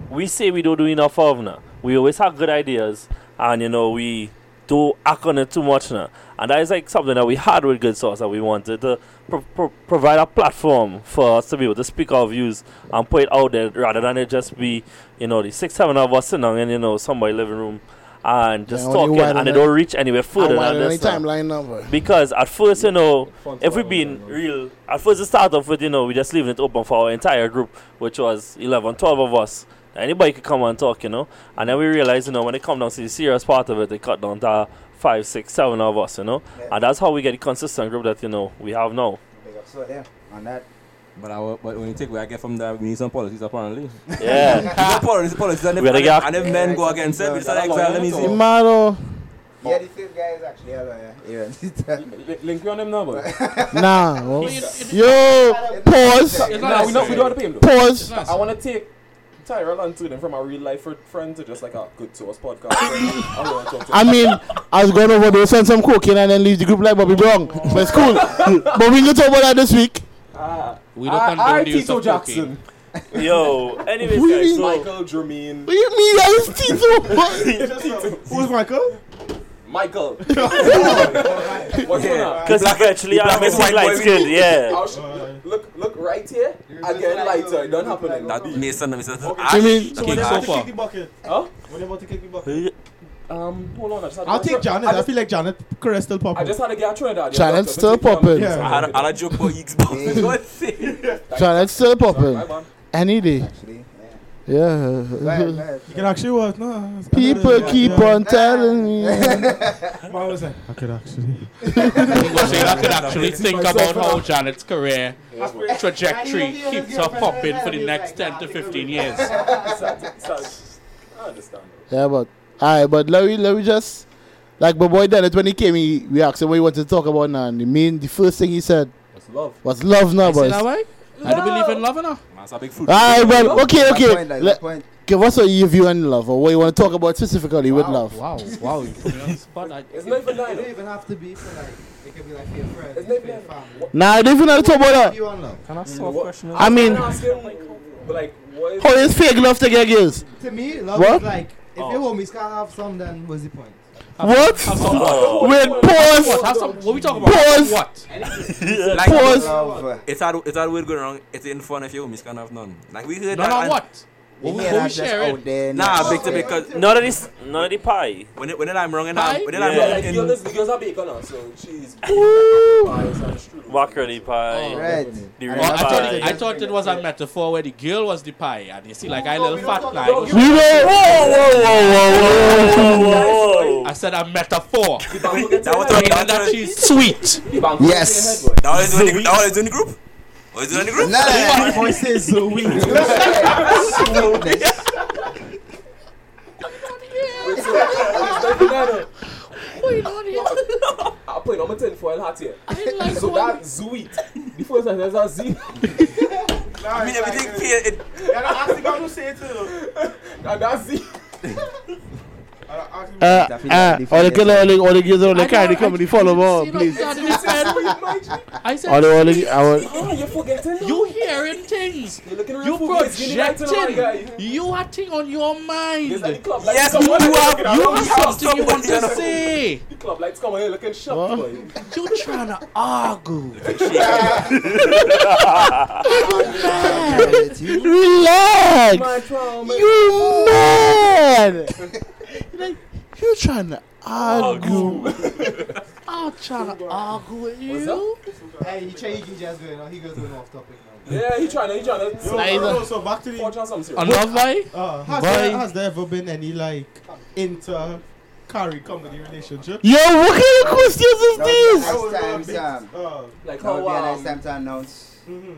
We say we don't do enough of now. We always have good ideas and you know we don't act on it too much now. And that is like something that we had with Good Source that we wanted to pro- pro- provide a platform for us to be able to speak our views and put it out there rather than it just be, you know, the six, seven of us sitting down in, you know, somebody's living room and just
Yeah, only
talking
one
and
on
they
the-
don't reach anywhere further
I
than
want any
this. now.
timeline number.
Because at first, you know,
Fun
if we've
stuff,
been
I know.
real, at first it started off with, you know, we just leaving it open for our entire group, which was 11, 12 of us. Anybody could come and talk, you know. And then we realized, you know, when it come down to the serious part of it, they cut down to five, six, seven of us, you know. And that's how we get a consistent group that, you know, we have now.
Big up, so yeah, on that.
But, I, will- but when you take what I get from that, we need some policies apparently.
Yeah.
These are policies, policies, and if,
We gotta
and if,
get-
and if men go against it, we start exile them easy.
Imaro.
Yeah, the same guy is actually a lawyer. Even.
Li- Link you on them now, boy.
Nah. well, Yo. Pause.
Nah, we don't, we don't want to pay him though.
Pause.
I want to take Tyrell and Tudin from our real life fr- friend to just like a good source podcast. I want to talk to
I
him.
mean, I was going over there, send some cocaine and then leave the group like Bobby Brown. But it's cool. but we can talk about that this week.
Ah,
We don't
I,
condone
I
the use
Tito
of cocaine.
Jackson,
Yo, anyways,
We
guys,
need
so
Michael Jermaine,
What do you mean? That is Tito. Who's Michael?
Michael. What's going on?
because eventually I'm
black and
missing
white boy
light
we
skin,
need.
yeah.
How should- Look, look right here. I get
like
lighter. It don't
you
happen.
look
in
like
that.
That Mason, that Mason,
Okay.
Ash,
I mean,
that
so
King
what
Ash.
is so far?
the bucket.
Huh?
When they want to kick the bucket.
Um, hold on. I just had
I'll
a-
take Janet.
I
I
just,
feel like Janet Correa still
I
popping.
just had a guy trying that.
Janet's still popping.
Yeah.
I had, a- I had a joke for Xbox. What's it?
So that's still popping.
man.
Any day.
Actually, yeah. Go ahead, go
Yeah.
ahead.
You can actually work. No, it's-
People
Yeah,
keep
yeah.
on telling me.
But I was like, I could actually.
Because they could actually think about how Janet's career trajectory keeps her popping for the next 10 to 15 years.
Sad- sad. I understand.
Yeah, but alright, but let me let me just like my boy Dennis when he came, he we asked him what he wanted to talk about now, and the main the first thing he said
It's love.
was love now,
Is it
boys.
that way? I don't believe in love enough.
Man, it's a big fruit.
Alright, well, okay,
That's
okay.
point, that's
Let,
point.
give us a your view on love, or what you want to talk about specifically with love.
Wow, wow, you put me on the spot. I,
It's not even
It
that.
even have to be for like, it can be like your friend,
It's not even that.
Nah, I don't even know how to talk about that.
You on love.
Can I solve
What?
question?
I mean,
Ask him, like, like, what is
how is fake love to get girls?
To me, love
What?
is like, if your homies can't have some, then what's the point?
What?
have some what?
Wait,
What?
pause,
Have some, what we talking about?
Pause.
What?
Like,
pause.
Love. uh,
It's hard, it's hard word going wrong. It's in fun if you homies can't have none. Like, we heard
No,
that.
no,
and-
what?
We
What we-
hear
what we
that just
sharing?
out there.
Nah,
now.
big to because
None of this, none of the pie.
when, it, when it I'm wrong and I'm,
Hi.
when it
Yeah, like,
I'm
you're
wrong in,
this, because I'm bacon now, so she's. Macro.
Macaroni pie.
Oh.
Right.
The
And
real
Well, I, thought it,
pie.
I thought it was a metaphor where the girl was the pie, and you see, like, I little fat now.
Don't
We
give
were.
Whoa, whoa,
I said a metaphor.
the bank get
That was
your
the-
head.
Meaning that she's sweet.
The bank will get
Yes.
your head, boy.
that was in the, that was in the group? Was it in the group?
Nah,
My voice says Zoe.
I'm putting on my tinfoil hat here. So that Zuit, the first time there's a Z,
I mean, everything fair. It,
and that's Z.
Uh, uh,
Ah,
or the girl, or the, or the girls, or the car, the company, follow more, please.
I
Or
said,
the, or the, I want.
Oh, you're forgetting. now.
you hearing things.
You're looking real
You
focused. You're the right to the right
projecting.
guy.
You are thing on your
There's like the
mind.
club lights
yes,
come
you
on, you're
have,
looking at
You
all
have
these clubs.
something you want to
Somebody-
say.
The club lights come on, you're looking shocked, boy.
You trying to argue.
My
Relax.
trauma.
You oh." mad? You're like, you trying to argue?
I'm trying to argue with you.
up?
hey, you change you just going on. He goes going off topic now.
Yeah, he trying to, he trying
Yo,
to.
Like-
no, no, so back to the.
Forge on something. serious.
Another way?
Uh, has,
Why-
there, has there ever been any like inter carry comedy relationship?
Yo, what kind of questions is this?
That would be a nice time, Sam.
Uh,
Like
That
Oh,
would
how
be a nice time
um,
to announce,
Mm-hmm.
mhm.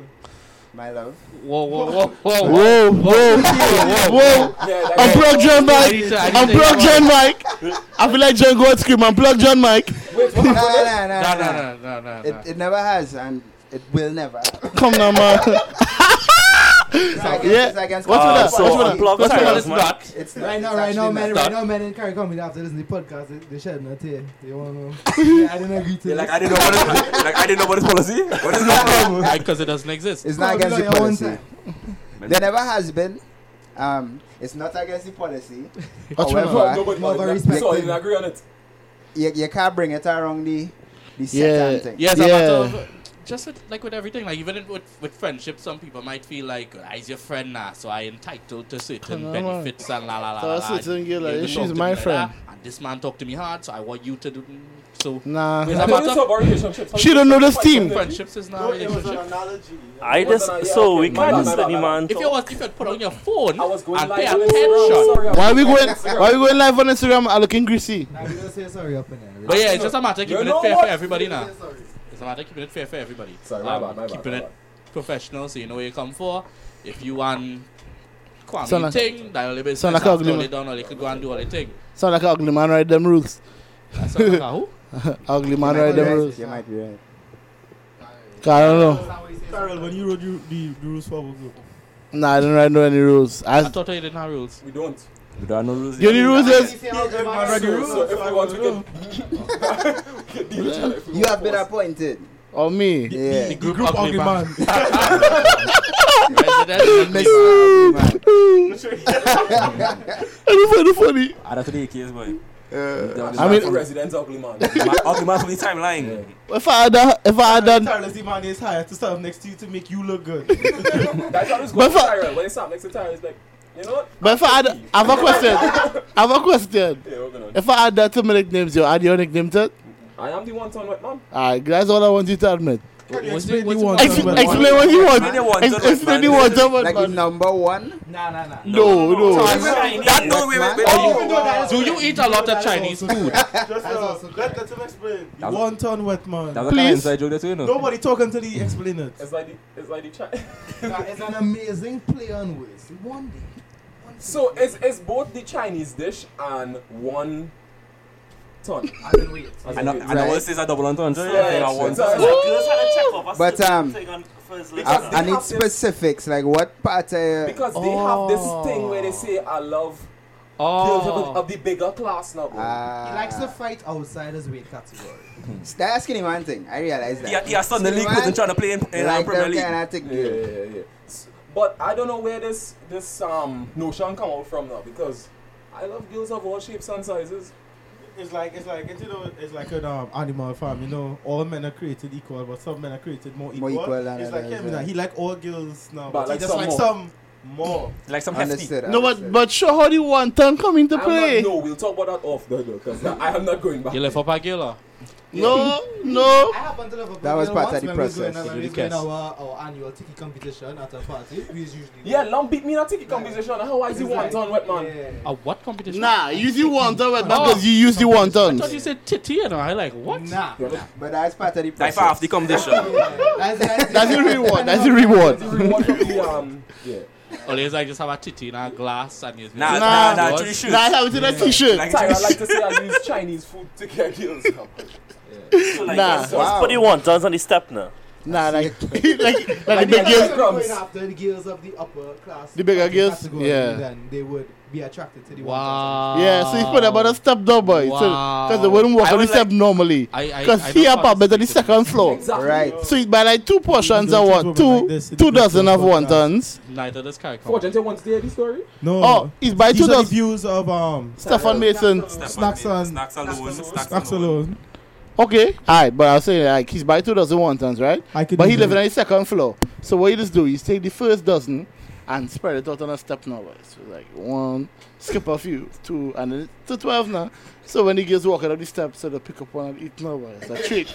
my love.
Whoa, whoa, whoa, whoa, whoa.
Whoa, whoa, whoa!
yeah, like
Unplug
I
John Mike.
need to- I need to-
Unplug John Mike. I feel like John God scream. Unplug John Mike.
wait,
No,
what
no, no,
No, no,
no, no.
no, no, no, no.
It, it never has, and it will never.
Come now, man.
It's against,
Yeah.
it's against
What's with
Uh,
that?
so
What's with that?
unplug
What's with
Tyler's
It's
that?
mic.
not.
It's
Right now,
it's
right now,
actually
men,
not.
right
Stop.
now, men in carry comedy after listening to the podcast, they, they shed no tear. They want to. yeah, I didn't agree to
like,
this.
I didn't know about this. Like, I didn't know about this policy. What is
Because it doesn't exist.
It's not
Come
against
on,
the
you know your own
policy. There never has been. Um, it's not against the policy.
What's with
However,
that?
Nobody
Mother
wanted that.
respect
So I
him.
didn't agree on it.
you, you can't bring it around the the
Yeah.
second thing.
Yeah.
Yes, a matter of just with, like with everything, like even in- with with friendship, some people might feel like "Ah, he's your friend now, so I entitled to certain
Come on, man.
benefits and la la la.
So
la,
a
la.
certain girl,
You
like,
can
she's
talk to me
my
like that,
friend.
and this man talked to me hard, so I want you to do. So
Nah.
It's a
Don't you
matter of
support relationships? How
She
you
don't know this
fight something?
team.
friendships is
No,
not
it was an
relationship.
analogy.
I just
Yeah,
so we
okay,
can't
my
just
bad,
let
my bad.
him man.
If you was if you had put on your phone
I was going
and
live
pay
on Instagram. Sorry,
attention,
I
Why
was
we going?
Instagram.
Why we going live on Instagram? I looking greasy.
Nah, we don't say sorry up in there.
but yeah, it's just a matter of
You
keeping
know
it fair
what?
for everybody now.
Sorry.
It's a matter of keeping it fair for everybody.
Sorry, my
Um,
bad, my bad,
Keeping
my
it professional, so you know where you come for. If you want Kwame
Sound like-
thing, that little bit
sound like
after
ugly
all
man.
they done, all they could go and do all they thing.
Sound like an ugly man write them rules.
That's not like a who?
Ugly man
You
write
might be
them
right.
rules.
You might be right.
I don't know.
Tyrell, when you wrote you, the, the rules for our group,
Nah, I don't write no any rules.
I
I,
thought I didn't have rules.
We don't.
We don't know rules.
the only rules is
So if we want, we can. we can deal with each other if we
You
want.
have been appointed.
on Oh, me.
Yeah.
The group, ugly man. Resident ugly man.
Funny, funny.
Out of three kids, boy.
I mean-
For residents, ugly man.
my ugly man from the timeline.
If I had that, if I had that,
Tyrell's the man is hired to stand next to you to make you look good.
That's how it's going.
But for-
Tyrell, when it's up next to Tyrell, it's like, you know what?
but if I had, I have a question. I have a question.
Yeah, we're gonna.
If I add that to my nicknames, you add your nickname to it.
I am the one ton wet mom.
Alright, that's all I want you to admit.
What's it- what's it-
Ex-
what's it-
explain what you want.
Explain the one
Ex-
to it,
Explain the
man.
one to
Like
it,
the
man.
number one.
Nah, nah, nah.
No, no.
That no, wait, wait, wait.
Do you eat a lot of Chinese food?
Just uh, let, let him explain.
That was-
One ton wet man.
That was a kind of
Please.
inside joke, that's you know.
Nobody talk until he explain it.
It's like the, it's like the chat.
Nah, It's an amazing play on words. One day.
So it's it's both the Chinese dish and one ton.
I didn't wait.
I know, I know
Right.
what it says a double entendre.
So
Yeah, I think I
it's-
want
it's a-
to.
But, um, uh, I,
They
I need
have this-
specifics. Like what part? Uh,
Because they have this thing where they say, I love girls of, the-
Oh,
of the bigger class now. bro."
Ah,
uh,
He likes to fight outside his weight category.
They're asking him one thing. I realize that.
Yeah, yeah, son, the
See,
league
man,
wasn't trying to play in, in uh,
like
Premier
them
League.
kind of thing.
yeah, yeah, yeah, yeah. S- But I don't know where this this um notion come out from now because I love girls of all shapes and sizes.
It's like it's like it's, you know it's like an um, animal farm. You know, all men are created equal, but some men are created more
More
equal.
equal than
it's like
others,
him.
yeah.
now. He like all girls now,
But
but,
like
he just
some
like
more.
some more.
Like some hefty.
Understood.
No, but
understood.
but sure, how the one turn come into
I'm not,
play?
no, we'll talk about that off the because I am not going back.
you left up a girl, huh?
No, no.
I happened to live up
That was part of the process.
When we
Really
was doing
cuss.
our, our annual tiki competition at a party, we was usually.
Yeah, long beat me in a ticket conversation. How is
It's
he one
like-
ton wet man?
Yeah.
A what competition?
Nah, use the one turn with
Oh.
because you use the one
I
turn.
thought you said titty, and I like what?
Nah.
But that's part of the
Like
process.
for half the competition.
That's, that's,
That's the reward. That's the reward.
The reward of the, um, yeah.
Or Oh, it's like just have a titty in a glass and you
Nah,
Nah.
nah, nah, to the shoes.
Nah, have it in a t-shirt.
Like
Tyra, I like
to
to say I use Chinese food to get girls.
Nah,
Wow.
Put the one tons on the step now.
nah, like like like the
the
big
other-
girls.
Crumbs.
Going after the girls of the upper class.
The bigger girls?
category,
Yeah.
Then they would be attracted to the one.
Wow.
Yeah, so he put about a step down boy,
Wow.
because they wouldn't walk
I
on the
would
step
like-
normally.
I, I,
Because
I
he
don't
up at the
participate.
second floor.
Exactly.
Right.
So it buy like two portions
don't
of
treat
what?
women like
Two
this in
two
the
dozen of
podcast.
wontons.
Neither does Carrie.
Forge, until once there, the story.
No,
Oh, it's by two
these are the
dozen.
views of um
Stefan Mason.
Snacks and-
snacks alone. Snacks
Snacks
alone.
alone.
Okay, alright, but I was saying like he's by two dozen wontons, right?
I could.
But
do
he living
that.
on the second floor. So what you just do, you take the first dozen and spread it out on a step now. boy. So like one, skip a few, two, and then to twelve now. So when he gets walking up the steps, so they pick up one and eat now. boy. It's a trick.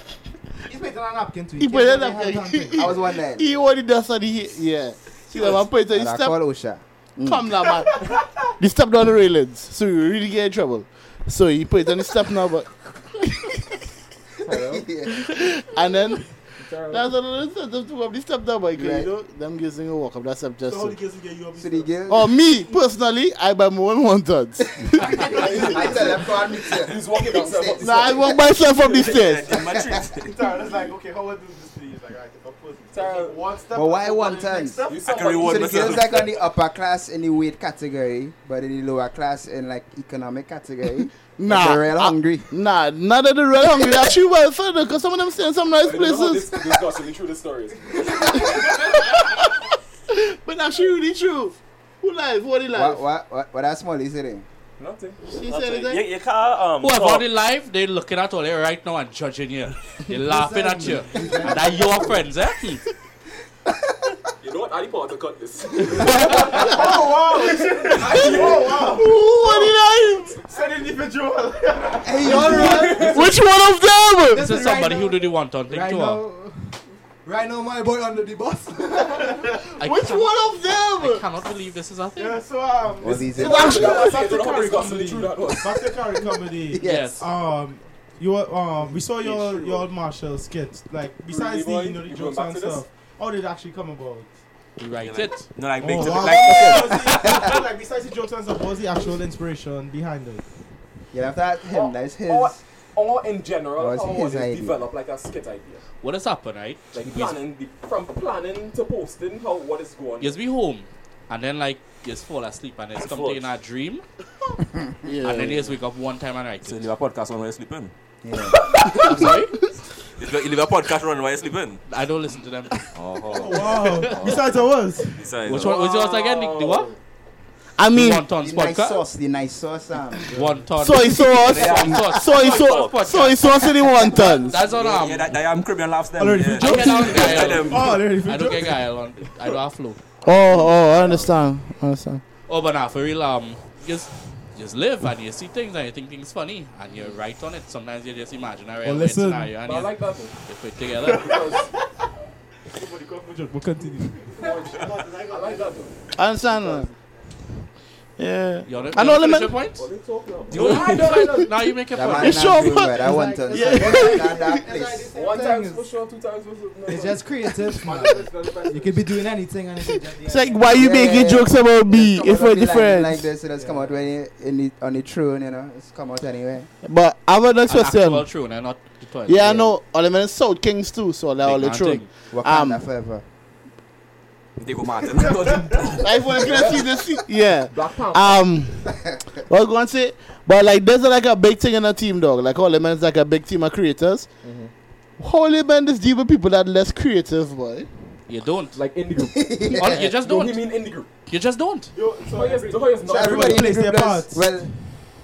He's putting a napkin to it.
He put it up.
I was wondering.
He already does that. He yeah. See that man put it on
And
the
I
step.
call Osha.
Come now, man. they stepped on the railings, so you really get in trouble. So he put it on the step now, but
Yeah.
and then
Tyra,
that's another step to go up the step now, but you know them girls ain't gonna walk up that step just.
So how
So.
the girls will get you up
So the girl.
Or me personally, I buy my own wontons.
I tell them, go and mix it.
He's walking downstairs. up the
now I walk myself up the stairs.
Tyrell is like, okay, how would this this thing? He's like, alright, I'll put it.
Tyrell.
Take one step.
But why
I'll put
one
it in the next
time?
step.
You
I
sound
can
like-
So
reward
the girls
myself.
like on the upper class in the weight category, but in the lower class in like economic category.
Nah,
They're real
I-
hungry.
Nah, none of the real hungry. That's you well further, cause some of them stay in some nice
I don't know how
places.
This this goes to the true stories.
But that's really true. Who life? What he life?
What what what what that small is it? eh?
Nothing.
She
That's
said
it.
it.
You, you can't um.
Who have
talk.
already live, they looking at all that right now and judging you. They laughing at you. And that your friends, eh?
You know what? Ali Potter cut this.
Said individual.
Hey, y'all right?
Which one of them? This
Listen,
is somebody
right
who
now-
did the one ton thing
Right
to her.
now, right now, my boy under the bus.
I
Which
cannot-
one of
I
them?
cannot believe this is a thing.
yeah, so um,
All these
back to
How
Curry
disgusting
comedy.
that was.
Back to Curry comedy.
Yes.
Um, you were, um, we saw
Yeah,
your
sure.
your Marshall skit. Like besides
Really,
the you
boy?
know the
You
jokes
going
and
back to this?
stuff. How did it actually come about?
You Right it.
No, like, big
Oh,
topic,
wow.
like,
Was it- like besides the jokes and stuff, what was the actual inspiration behind it?
You have to ask
Oh,
him. That's his.
Or, or in general,
That was
how
his
was it
idea.
developed like a skit idea?
What has happened, right?
Like
Yes.
planning, the, from planning to posting, how what is going
Yes, be home. And then, like, just fall asleep and it's something in a dream.
Yeah.
And then you just wake up one time and write
so you
it.
leave a podcast on while you're sleeping.
Yeah.
I'm sorry?
You leave a podcast on while you're sleeping.
I don't listen to them.
Oh,
Wow. besides I was.
besides, oh.
Which one was yours again? The, the what?
I mean,
one ton
The nice
podcast?
sauce. The nice sauce. Um,
One ton.
soy sauce,
One ton.
soy sauce, soy sauce in the wontons.
That's on um.
Yeah, that, that, I'm Caribbean laughs them.
Already
yeah.
I get out
Tell
guile.
them.
Oh, there you
I don't get guile on. I don't have flow.
Oh, oh, I understand. I understand.
Oh, but nah, for real, um, just just live and you see things and you think things funny and you write on it. Sometimes you just imagine a real
listen.
scenario and
But I
you,
like that though,
you put it together.
because
We'll continue.
I like that though.
I understand. man. Yeah.
You know,
I know
you
the
finish
man-
your point.
What they talk now?
Now you make a
that
point.
man
It's
not
sure,
doing
but-
well. I want to.
Yeah.
That, that place.
One
Thing
time
is-
for sure, two times for sure. No,
It's
no.
just creative. man. You
You
could be doing anything and it's
It's like why you
Yeah,
making
yeah,
jokes about me
It's come
if
out
we're
of the line
different.
Like this, it does come out when you in the, on the throne, you know. It's come out anyway.
But I have another
An
question.
actual throne and not the toilet.
Yeah, I know. All the men in South Kings too, so they're all
Big
the
man
true.
thing.
Wakanda
Um,
forever.
They go Martin. That's
Like when you see this, yeah.
Black Panther.
Um, what going to say? But like, there's like a big thing in a team, dog. Like all the men is like a big team of creators.
Mm-hmm.
Holy man, this deal with people that less creative, boy.
You don't.
like in the group.
Or you just
No, he
don't.
mean in the group.
You just don't.
Yo, so
Hoyas-
every-
Hoyas
So
not-
everybody in the
plays their
group does
parts.
well.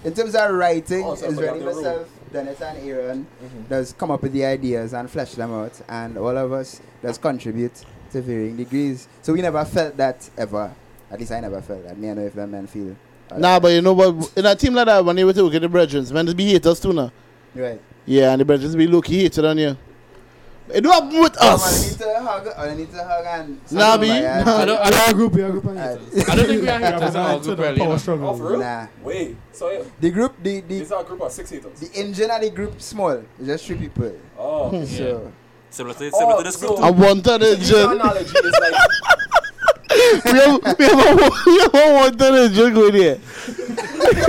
In terms of writing,
Also,
it's
forgot
really
the rule.
myself, Dennis, and Aaron
Mm-hmm.
does come up with the ideas and flesh them out, and all of us does contribute to varying degrees. So we never felt that ever. At least I never felt that. Me, I know if that man feel.
Nah, but you know what? In a team like that, when they were to get the brethren, man, just be haters too now.
right.
Yeah, and the brethren be low key hated on you. It do happen with
I
us.
need to hug. I need to hug and.
Nah, be-
somebody, uh,
nah.
I don't. I
Our
don't,
group, our group,
uh,
I don't think we are haters in our
Represent to
group,
the
really. you
power
know.
Oh, for
struggle.
real?
Nah.
Wait, so yeah,
the group, the the
this is our group of six haters.
The engine of the group small. It's just three people.
Oh, okay.
Yeah.
So
similar to, similar to this group.
Oh, so-
too.
I wanted
So
it.
this
Just,
analogy is like
we have, we have, a, we have a wanted it joke with here.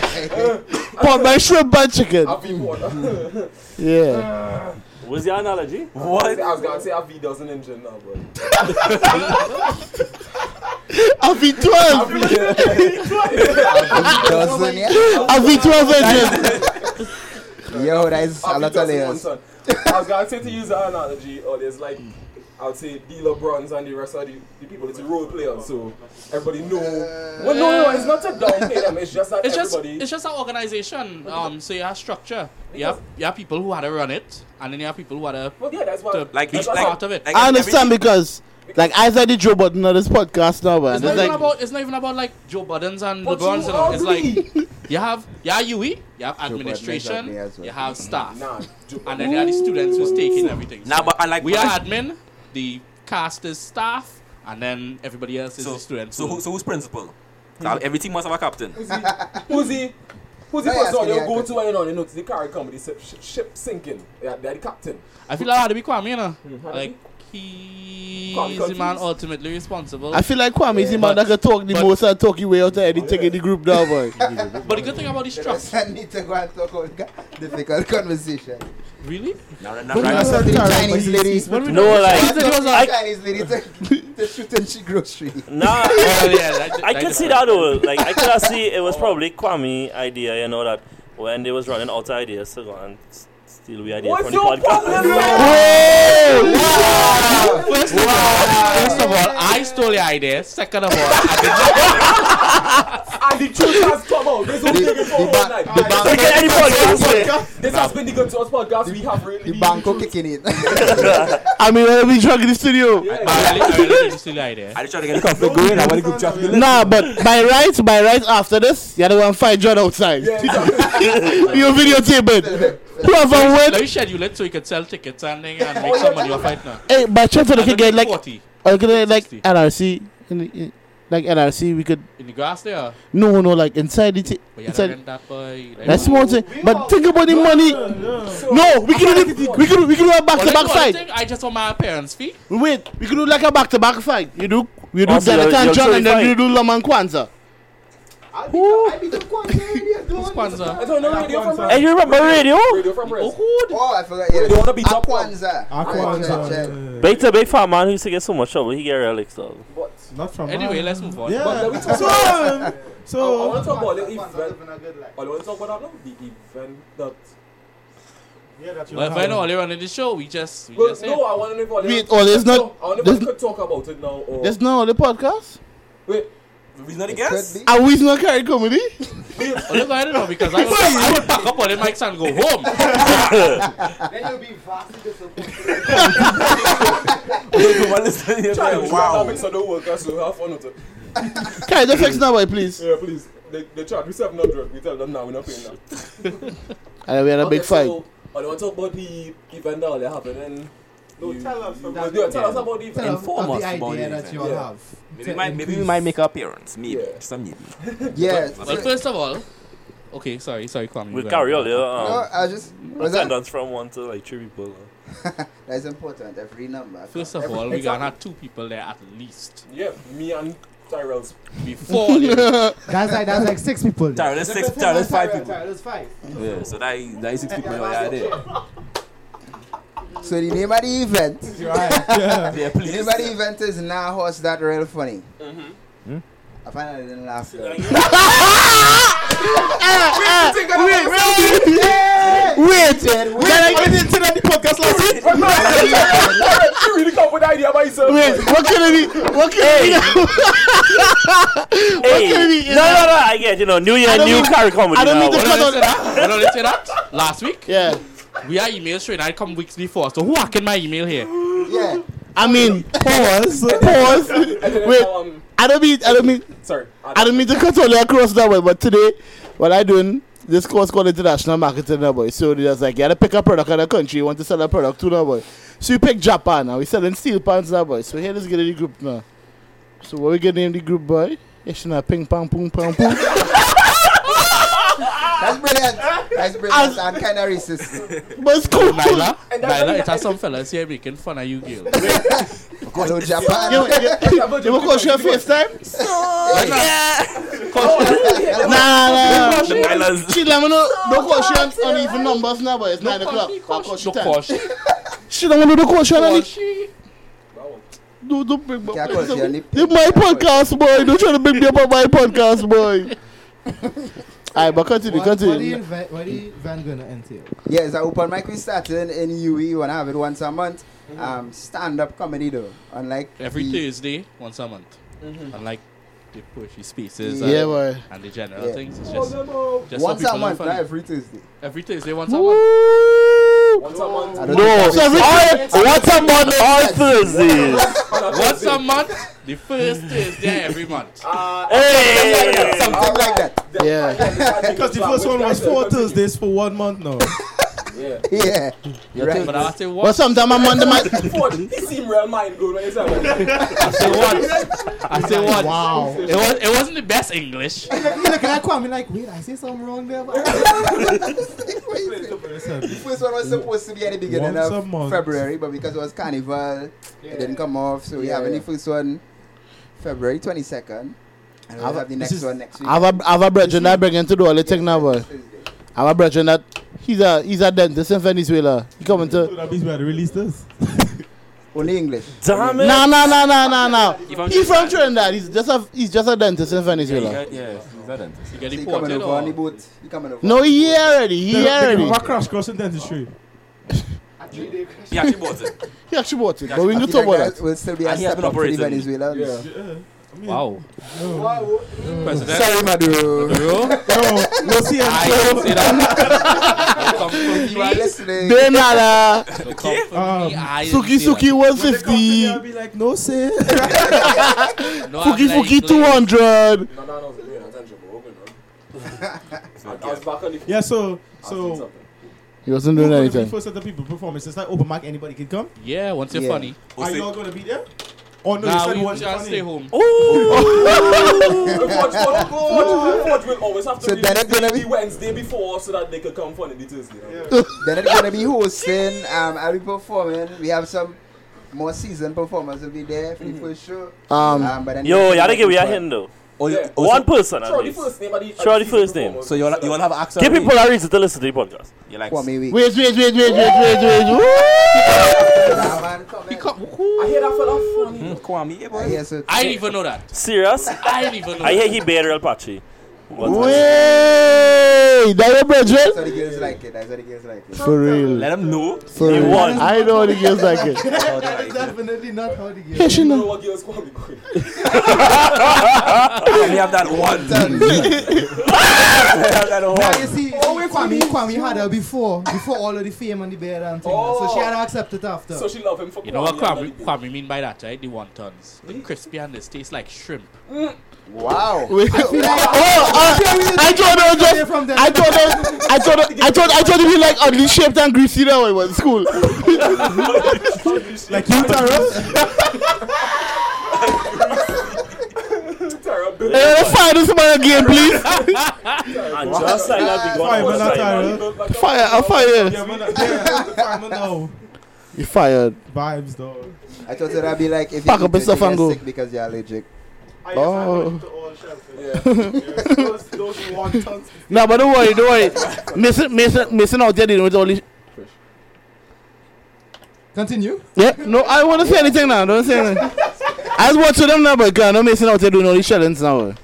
But my shrimp and chicken.
a V water.
Yeah.
What's your analogy?
what? I was gonna say a V doesn't engine now, but
A V12.
dozen, yeah.
A V12 engine.
Yo, that is a
a V
lot of
doesn't
layers.
one ton. I was gonna say to use that analogy, or there's like I would say the LeBrons and the rest of the, the people, it's role players, so everybody know.
Uh,
well, no, no, it's not to downplay them. It's just that
It's just,
everybody.
it's just an organization. Um, so you have structure. You have, you have people who had to run it, and then you have people who had to
well, yeah, that's
to
what.
Like,
each
each- like,
part of it.
like
I understand because, like, I said the Joe Button on this podcast now,
It's
man.
not
It's
even
like,
about. It's not even about like Joe Budden's and
But
LeBron's.
you
And all. It's
ugly.
like you have yeah UE, you have
Budden is
administration,
ugly as well.
you have staff,
Nah, Joe-
and then you have the students who's taking everything.
Nah, but I like.
we are admin. The cast is staff, and then everybody else is
So,
the students.
so, who, so who's principal? Now, Every team must have a captain.
Who's he? Who's the
Why
person
asking
you
the
go
actor?
to and you know, you know, to the car comedy ship, ship sinking? Yeah, they're the captain.
I feel like I had to be Kwame, you know,
Kwame.
like he's
Kwame
the man
confused.
ultimately responsible.
I feel like Kwame is the man that can talk the
but-
most and talk your way out of anything in the group now, boy.
but the good thing about this trust,
I need to go and talk about g- difficult conversation.
really,
Now, now, right,
The Chinese lady.
No, like
It was
The
I,
Chinese lady to, to shoot and she grocery.
nah.
Oh, yeah, that-
I
that
could
is
see
right.
that though. Like I could have see it was probably Kwame idea, you know, that when they was running out of ideas to go and s- steal we idea
What's
from the
your
podcast.
problem,
First of all, first of all, I stole your idea. Second of all, I
the truth has come out. There's no
The-
digging for
the
all
ba-
night.
the ba-
This
Get any podcast here.
has- This has been the Good Source podcast. We have really
The
been
banco
truth.
kicking in.
I mean, I'll be drunk in the studio.
I really, I really didn't see the idea.
I just trying to get the conflict
Don't
going.
give
I want
me
to group
sound
chat.
of it.
Nah, but by rights, by rights, after this, you're the one fight John outside.
Yeah, exactly.
You're videotaping. Whoever
Let
win,
me schedule it so you can sell tickets and, thing and make some money off it now.
hey, by chance, I
I
can
don't
get
need
like,
forty
I can get like
60.
NRC, in the- in- like NRC, we could
in the grass there.
no, no, like inside the. T-
But you're not
inside,
getting that boy. like,
that's small thing. But think about the money. No, we can do the, we can do, we can do a back
Well,
to
like,
back
what I
fight.
think, I just want my parents' fee.
Wait, we can do like a back to back fight. You do you do
Oh, so you're-
Jonathan
you're
John and then
certified.
you do Laman Kwanzaa.
I be, I be the Kwanzaa
It's
doing this.
Kwanzaa.
I don't know radio from
Hey, you remember radio?
Radio from Rez.
oh, I forgot. Yeah.
They wanna be top one.
Akwanza.
Aquanza. yeah.
Big to big fat man who used to get so much trouble, he get relics though.
Not from
Anyway,
mine.
let's move on.
Yeah.
But let me talk
so, um,
about- I
so
want to talk about the
Kwanzaa
event.
living a good life.
I want to talk about that now. The event that.
Yeah, that you
Well, if I know earlier on in the show, we just we
Well,
just
no, I want to know. if
Wait, oh, there's
I
not
want to know if
there's,
we could talk about it now. Or
there's no other podcast.
wait, we not a guest.
Could be.
Are we not carry comedy?
Oh, look, I don't know because I would, I would pack up all the mics and go home.
Then you'll be vastly disappointed.
Try to
Wow.
wow. So don't work. So have fun with it.
Can just text now, boy, please?
Yeah, please. They, they charge me seven hundred. We tell them now we're not paying that.
And we had a big fight.
So, I want to talk about the event that already happened. And
No, tell us
Yeah,
about
tell
it.
us about the event.
tell us
Inform
of
us
the
about
idea
it,
that
man.
you all
Yeah.
have.
Maybe
to
we might, maybe we
increase-
might make an appearance. Maybe.
Yeah.
Just a maybe.
Yeah.
Well,
so-
first of all, okay, sorry, sorry, Kwame.
We
go
carry all
ahead.
the
No,
um,
I just was that,
attendance from one to like three people.
that's important. Every number.
First of
Every-
all, we gonna have two people there at least
Yeah, me and Tyrell's.
before. the-
That's like that's like six people.
Tyrell, there's six. Tyrell, there's five people.
That's five.
Yeah, so that is, that is six people that are there.
So the name of the event,
You're right. Yeah.
Yeah,
the
please.
name of the event is Nah Horse That Real Funny.
Mm-hmm.
Hmm? I find I didn't laugh. though.
Wait,
Dead
can I get the internet the podcast last week?
you really come with the idea by yourself.
Wait, what can it be? What can it be?
Hey, no,
can we-
no, no, I get you know, new year,
I don't
new
mean-
carry comedy.
I don't
now.
mean to
When
cut
I
out-
say that, when I say that, last week
Yeah,
we had email straight. I come weeks before, so who hacking my email here?
Yeah.
I mean pause, pause.
And then,
Wait,
um,
I don't mean, I don't mean,
sorry.
I don't mean to cut all the way across that way, but today, what I doing, this course called International Marketing now, boy. So they just like, you gotta pick a product in a country, you want to sell a product to now, boy. So you pick Japan now, we selling steel pants now, boy. So here, let's get in the group now. So what we gonna name the group, boy? It's not ping pong, pong, pong, pong.
That's brilliant. That's brilliant and kind of racist.
but it's cool.
Nyla, Nyla, it has some fellas here making fun of you, girl.
Hello, Japan.
You, you, you want to show your FaceTime? Nah, nah, nah.
The islands.
She let me know. Don't call she on uneven numbers now, but it's 9 o'clock. I'll call she
Look,
10.
cause she-
She don't want to do the call she on any-
cause she-
No, don't bring my
Yeah, cause you're
podcast.
nip-
my podcast, boy. Don't try to bring me up on my podcast, boy. Alright, but continue,
What, what do you
continue.
event? What do you event gonna entail?
Yeah, it's an open mic we started in UE. We wanna have it once a month. Um, stand up comedy though. Unlike
Mm-hmm. Every
the-
Tuesday, once a month.
Mm-hmm.
Unlike the pushy spaces and,
Yeah, boy.
and the general
Yeah.
things, it's just,
Oh,
just
Once
so
a
people are
month, not
funny.
every Tuesday.
Every Tuesday, once a month.
Woo!
Once a month.
I
on
don't
No,
think that is-
all, what a month all Thursdays.
a
Once
Thursday.
a month, the first Thursday every month.
Hey,
something like that.
Yeah.
Because
The first one was four Thursdays for one month now.
Yeah.
Yeah. Right.
But I say
But
once,
sometimes I'm under my.
Four. He seemed real mind good when he said that.
I say once, I say once.
Wow.
It was it wasn't the best English.
you look at Kwame like, wait, I say something wrong there. but- Listen,
First one was supposed to be at the beginning
Once a
of
month.
February, but because it was carnival, it didn't come off. So we
Yeah,
have
yeah.
the first one February 22nd, and we'll have the next one next week.
I have a, I have a brethren that bring him to do all the thing now, boy. I have a brethren that. He's a, he's a dentist in Venezuela. He coming to.
that means we had to release this.
Only English.
damn it.
Nah, nah, nah, nah, nah, nah.
If I'm
He's from Trinidad. He's just a, he's just a dentist in
Yeah, you
Venezuela.
got- yeah, is that it?
You get
So he coming
deported
over on the
or
boat. He coming over.
No, he here already. He here already.
Over crash crossing dentistry.
He actually bought it.
He actually bought it. But we
I
need to
feel
talk
like
about
that
that.
will still be
And
a
he has
step
been
up for the
operating.
Venezuelans.
Yeah.
Yeah.
Wow.
President.
Sorry, Maduro.
No, see,
I didn't say that. Don't come for
You are
me.
listening.
De nada.
Don't come for
Um,
me. I didn't
uh, Suki
say that.
Suki 150.
be like, no, say.
No, I'm
Fuki
like,
Fuki
like,
200.
No, no, no, it's great. That's tangible. Okay, no. I, I was back on the
yeah, so
I was doing
so
something.
He wasn't
who's
doing
gonna be
anything.
first at the people performance? It's like open mic, anybody can come.
Yeah, once you're
Yeah.
funny.
Oh,
Are
say-
you all gonna be there? Oh no,
nah,
you
we
said
we
one
just stay home.
Oh.
Forge, Forge, Forge, Forge, Forge will always have to
So
be
then it's
the,
gonna be-
the Wednesday before so that they could come for the Tuesday. Yeah.
Then it's gonna be hosting. Um, I'll be performing. We have some more seasoned performers will be there for the first show.
Um,
Um, but then
Yo, y'all give me a hint though.
Oh, you-
Yeah.
oh, so-
One person at
Sure, the
least.
first name. of the- of
Sure,
the
the first name.
performers.
So you all you all have access.
Give people a reason to listen to the podcast.
You like
Kwame Week.
wait, wait, wait, wait, wait, wait, wait. Woo!
Ah, man, come in.
I hear that fella funny.
Hmm?
Mm, Kwame, yeah,
Ah,
boy.
yeah, so
I didn't even know that.
Serious?
I didn't even know
I hear
that.
he buried real patchy.
Wait, that your
that's how
brethren?
the girls like it. That's how the girls like it.
For real.
Let them know.
For
They
real.
won.
I know the girls like it.
That's definitely not how the game.
Yes, you
You
know.
know what girls call me quick.
Kwame have that one. Kwame have that
Now
one.
you see, Kwame, Kwame had her before, before all of the fame and the beard and thing. So she had to accept it after.
So she love him for
You know what
Kwame
Kwame,
and
Kwame mean by that, right? The wontons. The crispy and this tastes like shrimp.
Wow.
Wait. Oh, uh, I told her just.
from them.
I told her. I told her. I told. I told her we like oddly shaped and greasy now. It was school.
like you, Taro.
Tara,
Hey, let's fire this man again, please.
And just like that, we got
Fine,
one
but not
time.
Taro.
Fire. I'm
Yeah, man,
fired.
yeah, man, no.
You fired.
Vibes, though.
I thought it'd be like if you
Pack up your
eat it, you
stuff and
get
go.
sick because you're allergic.
I guess I
Oh.
went to all shelters. Yeah, those, those wontons.
No, but don't worry. Don't worry. Mason, Mason, Mason out there dealing with all this.
Continue.
Yeah. No, I want to say anything now. Don't say anything. I was watching them now, but God, no Mason out there doing all these shillings now.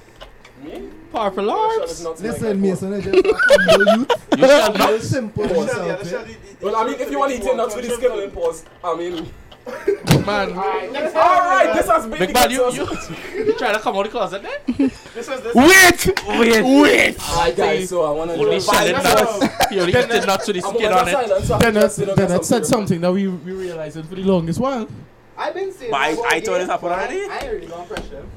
Powerful
Listen,
Listen, Mason, I just humble you.
You shall not.
Real simple.
The
yourself,
shell- yeah, the
eh?
shell- it- it-
Well, I mean, if you want to eat him, that's with the skill and pause. I mean,
Next time,
alright, this has been
Big
the
man, you,
consensus.
you, you trying to come out of the closet eh? there?
This was this.
Wait. Wait. Wait.
Alright, guys, so I want to
Only shell and nuts. You only get the nuts with the
I'm
skin
on
on it.
silence, so I can
Bennett,
just sit down and
Bennett
have
said
some
something that we, we realized for the longest while.
I've been saying
But I-
this
I
all
told
day,
this happened
but I-
already.
I ain't really gonna pressure him.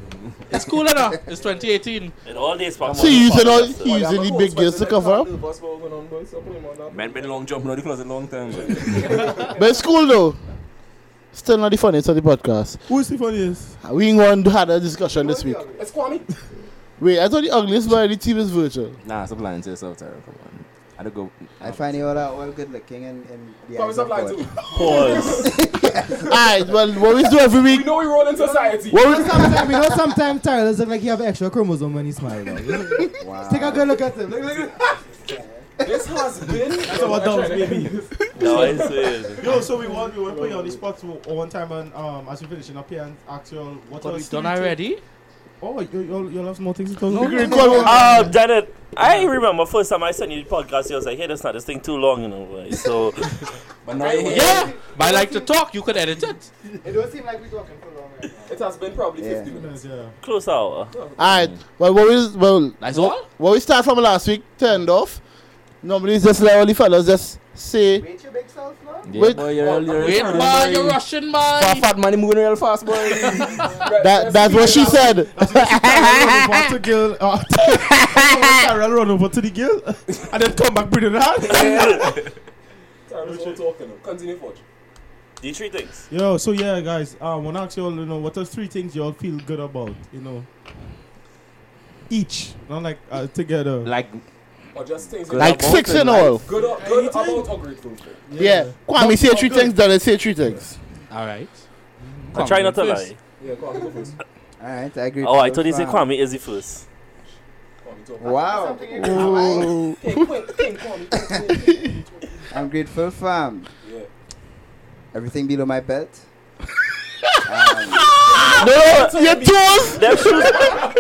It's cool enough. It's 2018.
In all these podcasts.
So you using all
beer.
you using the big girls to cover up?
up?
Men been long jumping out the closet long time.
But it's cool though. Still not the funniest of the podcast.
Who's the funniest?
We ain't going to have a discussion this week.
It's Kwame.
Wait, I thought the ugliest boy on the team is virtual.
Nah, stop lying to yourself, Tara. Come on. I don't go.
I find you all are all good looking and, and the
Kwame,
eyes
stop
of
lying
God.
too.
Pause.
Alright, well, what we do every
We
week.
know we roll in society.
What we,
Sometimes, you know, sometimes Tyler looks like he have extra chromosome when he smiles. Take a good look at him. Look, look, look.
This has been. That's
our dogs, baby.
No, it's serious.
Yo, so we want we want to put you on the spot for one time and um as we finish up here and ask you all what
But
else
we've
do you
done
think-
already.
Oh, you you you have more things to talk
we
about.
can call him out.
Uh, Janet, I remember first time I sent you the podcast, you was like, hey, that's not this thing too long, you know. boy." So,
But now you
Yeah. But I like to talk. You could edit it.
It don't seem like we're talking for long right now.
It has been probably
Yeah.
50 minutes.
Yeah.
close hour.
Alright, well, what we, well,
That's all.
what we start from last week, turned off. Normally, it's just like all the fellas just say,
Wait, your big self, no?
Yeah,
Wait.
boy, you're, you're
Wait,
retarded,
boy, you're
boy.
Russian, boy.
Fat, fat man, he moving real fast, boy.
that, that's what she said.
Tyler run over to girl. Uh, Tyler run over to the girl and then come back breathing hard.
Tyler's all talking. now. Continue, Forge.
The three things.
Yo, so yeah, guys, I want to ask you all, you know, what are three things you all feel good about, you know? Each, not like uh, together.
Like,
Or just things
Like
about-
six in all.
Good, or- good about or grateful for.
Yeah. Kwame, say three things, Donna, say three things.
All right.
I try not to
First.
lie.
Yeah, Kwame, go first.
All right, I agree.
Oh, I
with
thought he
those,
said
um,
Kwame is the first.
Kwame, talk.
Wow.
Something you can
Oh.
King, quick, king, Kwame, quick, quick.
I'm grateful for um,
Yeah.
everything below my belt. um,
No,
Your toes!
them shoes,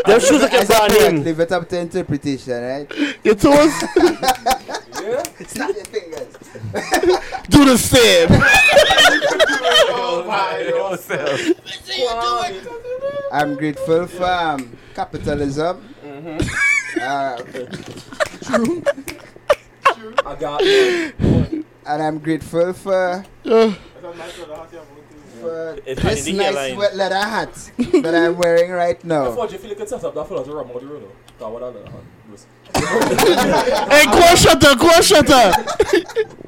them shoes are
I
kept
said
on
correct,
him.
leave it up to interpretation, right?
Your toes!
Yeah.
Snap your fingers.
Do the same!
Oh, my God. Kwame.
I'm grateful for um, capitalism.
Mm-hmm.
Uh,
I got one.
and I'm grateful for, for
It's
this
in the
nice
airline.
wet leather hat that I'm wearing right now.
Before you feel like you set up that fella to rub out the road, though. That one, that one, Bruce.
Hey, go shutter, go shutter.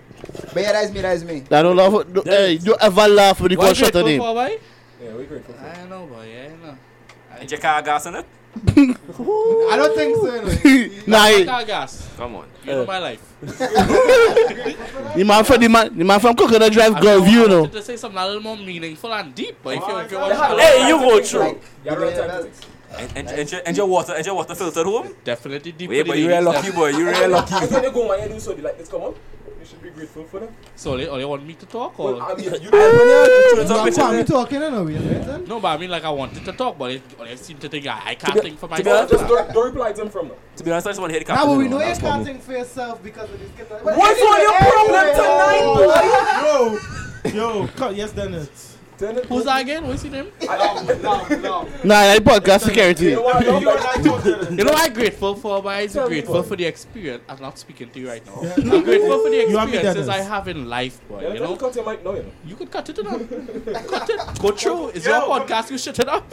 But yeah, that's me, that's me.
I don't laugh. No, hey, don't ever laugh when you go shutter name.
boy?
Yeah, we're grateful for
I don't know, boy. I don't know.
Did your car gas in it?
I don't think so.
nah, he,
Car gas.
Come on.
You know my life.
the man from the man, the man from Coconut Drive,
I
Girl
wanted
View, no.
To say something a little more meaningful and deep, but if you if you
They had a
want,
lot of
Hey,
time
you
to
go
think,
through.
like, you had a lot of time to think.
And, and, and, your, and your water, and your water filtered home?
definitely deep.
Wait, but you real lucky, boy. You real lucky.
I tell you go when you do so, they like, it's come on. You should be grateful for them.
So, they, oh, they want me to talk or?
Well, I mean, you
It's up with
Are we
you.
talking or no? We are
no, but I mean, like I wanted to talk, but they, oh, they seem to think I, I can't
be-
think for
to be honest,
Just
myself.
don't, don't reply to them from now.
To be honest, I just want to hear the
Now,
captain.
but we
you
know you
that's
can't
problem.
think for yourself because of this. kid.
What's all your problem tonight,
Yo, yo, cut yes, Dennis.
boy?
Who's that again? What's his name?
Nah, that podcast security.
You know what I love? Like,
You know what I'm grateful for, but I'm
Tell me,
grateful
boy.
for the experience. I'm not speaking to you right now. I'm grateful for the
You have me,
experiences I
Dennis.
have in life, boy.
Yeah,
you
don't
know,
cut your mic now, you know.
you could cut it up. cut it. Go through. It's your podcast. You shut it up.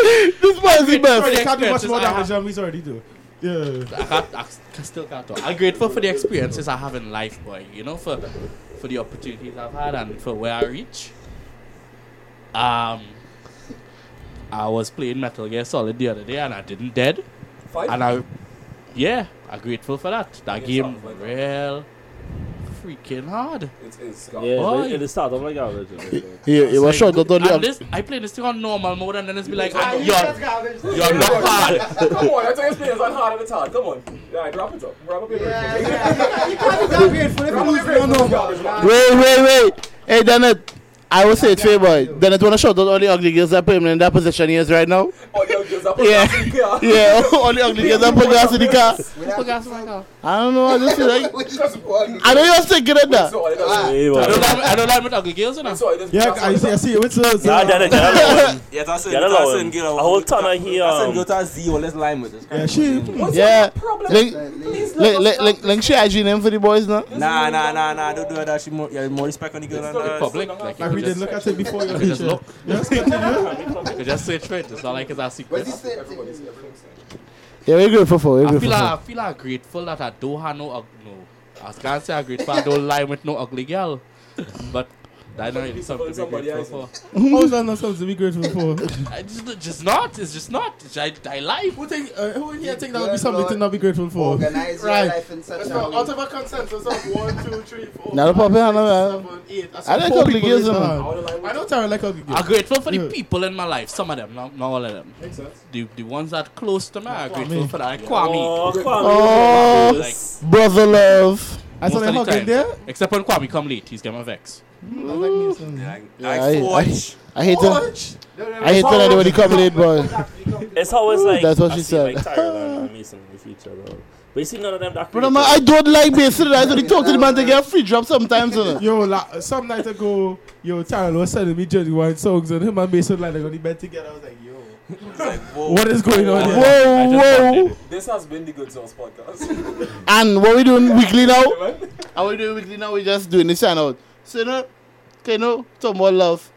This man is the
Sorry,
best.
It can't do much
experiences
more
I
damage
have.
than we already do. Yeah.
I, can't, I can still can't talk. I'm grateful for the experiences I have in life, boy. You know, for for the opportunities I've had and for where I reach. Um, I was playing Metal Gear Solid the other day and I didn't dead,
Five?
and I, yeah, I'm grateful for that. That
Yeah,
game,
something like
real freaking hard.
It is gone.
Yeah,
Boy.
it- it started off like that.
Yeah, it was short. Don't
And
laugh.
this, I play this thing on normal mode, and then it's be like, ah, you're, you're not
garbage.
hard.
Come on, that's your experience on hard and it's hard. Come on. Yeah, drop it up. Drop up your yeah, Drop up your grateful garbage, man.
Wait, wait, wait. Hey, Dennet. I will say it for you, boy. Dennet, wanna shout out all the ugly girls that put him in that position he is right now?
Oh, yo, gives up.
Yeah.
Yeah.
Yeah, all the ugly girls that put gas in the car.
Forgot my car.
I don't know. I just feel like.
Just one.
I know you're thinking of that.
So, I don't-
I don't like, I don't like with ugly girls, you know.
so I just-
Yeah, I see. I see. What's uh,
Nah,
yeah,
Dennis, you're not alone.
Yeah, that's it.
You're not
That's it.
alone.
Get
A
out.
whole ton of here.
That's it. Go
um,
to Z or let's lime with this.
yeah, she.
Yeah.
Problem.
Link, link, link, link, link, share IG name for the boys now.
Nah, nah, nah, nah. Don't do that. She more, yeah, more respect on the girl.
not
And,
Public,
Like
like, you
we
just,
didn't look at it before. Your
just
picture.
look.
Yes, continue.
you just search for it. It's not like it's a secret.
What's he saying?
Yeah, we're grateful for. We're
I feel,
grateful for.
like, I feel like grateful that I don't have no ugly. No, I can't say I'm grateful I don't lie with no ugly girl, but that's not really something to be
Somebody
grateful for.
How is that not something to be grateful for?
I just, just not. It's just not. I, I lie.
Who think? Uh, who in here think that would be something to not be grateful for?
Organize your
Right.
life in such a
Out
way.
of a consensus of one, two, three, four,
Now the
five,
puppy, I know,
seven, eight. I
I
said
like
Four
ugly
people
girls,
is
man.
hard. I know Tara like ugly girls.
I'm grateful for the
Yeah.
people in my life. Some of them, not, not all of them.
Makes sense.
The, the ones that close to me, I'm grateful for that. Like Kwame.
Oh, Kwame.
Oh,
Like,
brother love.
I saw
most
them
of the
hugging
time.
there.
Except when Kwame come late, he's getting vex.
like,
Yeah,
like
I, I,
forge.
I hate it. I hate when anybody come late, boy.
It's always like
that's what
I
she
see,
said.
Like Tyler and Mason in the future, though. But you see none of them documentaries.
Brother, man, I don't like basing it. I only talk to the man to get a free drop sometimes, you know.
Yo, like, some night ago, yo, Tara was sending me Johnny Wine songs, and him and Mason like they got the bed together. I was like, yo, what is going on here?
Whoa, whoa.
This has been the Good Source podcast.
And what we doing weekly now? Are we doing weekly now? We just doing this and out. So, you know, okay, no, talk more love.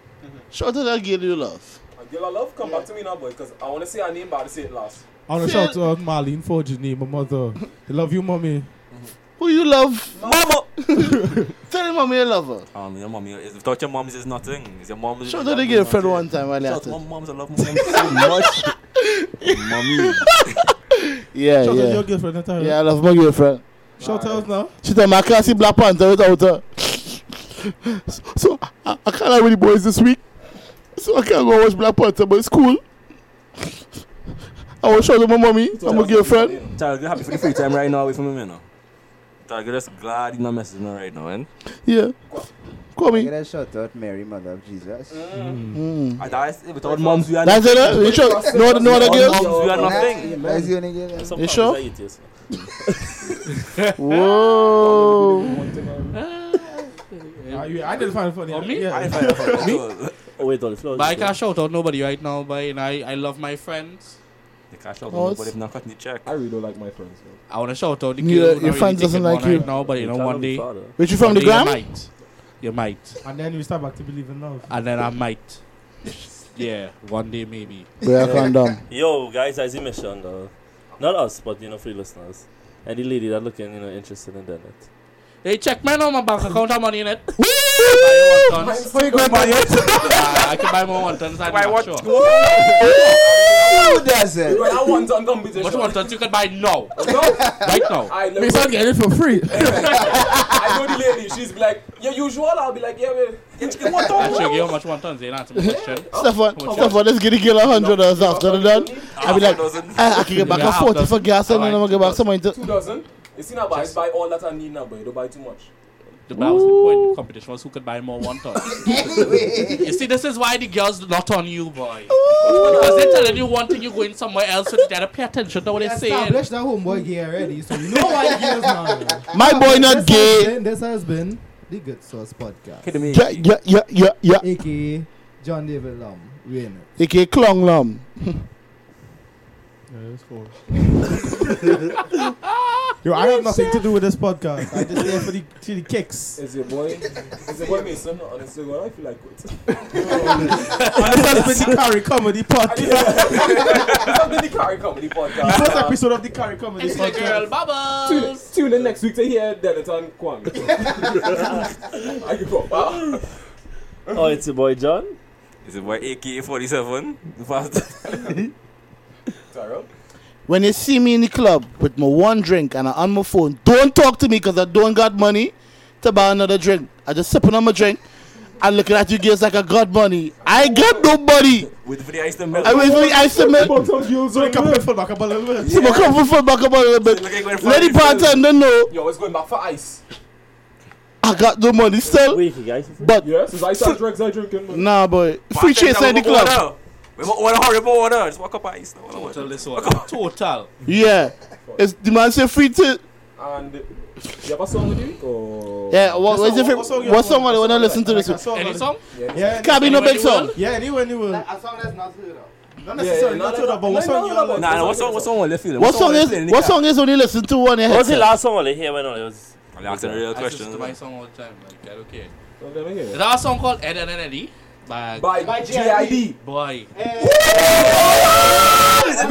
Shout out that girl you love.
Girl, I love come back to me now, boy, because I want to say her name, but I say it last.
I want to shout out Marlene Forge's name, my mother. I love you, mommy.
Who you love?
Mama.
Tell him I'm your lover.
Um, your mom, your, without your mom's is nothing. Is your mom's?
Shout out the girlfriend one time while
Shout out
I
mom, moms, I love my mom so much. Mommy.
Yeah,
Shout out
yeah.
your girlfriend, Tara.
Yeah, I love my girlfriend.
Shout out now.
She tell me I can't see Black Panther without her. So I, I can't lie with the boys this week. So I can't go watch Black Panther, but it's cool. I was showing my mommy. I'm a girlfriend.
Child, you're happy for the free time right now away from me, you know. Child, you're just glad you're not messaging her right now, man.
Yeah. Call
Get
me.
a shout out, Mary, Mother of Jesus.
Mm.
I that's it. Without moms, we are
That's it. eh? You sure? No, other- no other girl.
Without moms, we are nothing.
That's that's the only girl.
Some
You
Kwames
sure?
are atheists.
Whoa.
Ah, you- I didn't find it funny.
Oh, me?
Yeah.
I find it funny.
Oh, wait, on the floor.
But I can't shout out nobody right now, but you know, I, I love my friends.
They can't shout
Oh,
out, but
it's-
if not cutting the check.
I really don't like my friends, man.
I want to shout out the
Yeah,
girl who
your
not really
fans doesn't
taking
like
one
you.
right now, but you know, one day, one
Which you from the
day you
gram?
might. You might.
And then you start back to believe in love.
And then I might. yeah, one day maybe.
Wear a condom.
Yo, guys, as you mentioned, uh, not us, but you know, free listeners. Any lady that looking, you know, interested in that.
Hey, check man on my bank account, I'm on in it.
Why you going by
I can buy more wontons. I'm not sure.
Who does it?
Well, I want on competition.
Which wontons you can buy now?
No,
Right now.
I let
We
me
start getting it for free.
I know the lady. She's like, your usual. I'll be like, yeah, man. Yeah, chicken what
I'll show you how much eh? wontons they answer my question.
Stefan,
How much?
Stefan, let's get a girl a hundred dollars after the done. I'll be like, "Ah, I, I can get back
Yeah,
a forty
after-
for gas and then I'm
alright.
gonna get back someone to.
Two dozen. You see now, buy buy all that I need now, but you don't buy too much.
The balance the point the competition was who could buy more wontons.
Anyway.
you see, this is why the girls not on you, boy. Because they're telling you one thing, you're going somewhere else with that. Pay attention to what they're saying.
Established that homeboy gay already, so you know why he is now.
My boy not
This
gay.
has been- This has been the Good Source Podcast,
Kidding me.
Yeah, yeah, yeah, yeah, yeah.
aka John David Lum. We in it.
Aka Klong Lum.
Yo, I have nothing to do with this podcast. I just there for the, to the kicks.
Is your boy? Is your boy Mason on Instagram? I feel like it.
That's been the Carry Comedy Podcast.
Something the Carry Comedy
First
Podcast.
episode of the Carry Comedy
It's your girl,
Podcast.
Tune,
Bubbles.
tune in next week to hear Deniton Kwang. I give up. Wow.
Oh, it's your boy John.
Is it by AK 47? Fast.
Tyrell.
When you see me in the club with my one drink and I on my phone, don't talk to me because I don't got money to buy another drink. I just sipping on my drink and looking at you guys like I got money. I ain't got no money.
With the ice and milk.
I wait for the ice to melt.
Some girls
So we can put full back up a little bit.
So my comfort food back up a little bit.
Like I went for
Lady
ice and milk.
bartender know
Yo, it's going back for ice.
I got no money still,
Wait, you guys.
but
Yes, it's ice and drugs I drinking. Man.
nah, boy. Free
Bartender,
chase in the
we
club.
want order. We want order, hurry, we want order. Just walk up ice. No, no,
Total
no.
this one. Total.
Yeah. It's the man say free to
And uh, you have a song with you? Oh. Or
Yeah, what, what's
what-
your favorite
what song you
what's
want?
someone wanna listen to this
Like a
one?
song
Any
like-
song?
Yeah,
Can't be no big
Anybody
song.
want?
yeah, anyway, anyway.
A song that's not heard of.
Not
Yeah,
necessarily
yeah,
not
no,
to about what
no, no,
song
no,
you
no,
like.
no.
Nah, nah, what song? What song will left you?
What song is what song is only listen to one
What was the
head?
last song I hear when I was?
I'm asking a real
I listen to
question.
my song all the time. Like, I don't care.
Don't let me hear
There's
it.
a song called Ed Ed, Ed Eddie by
By, JID.
Boy.
We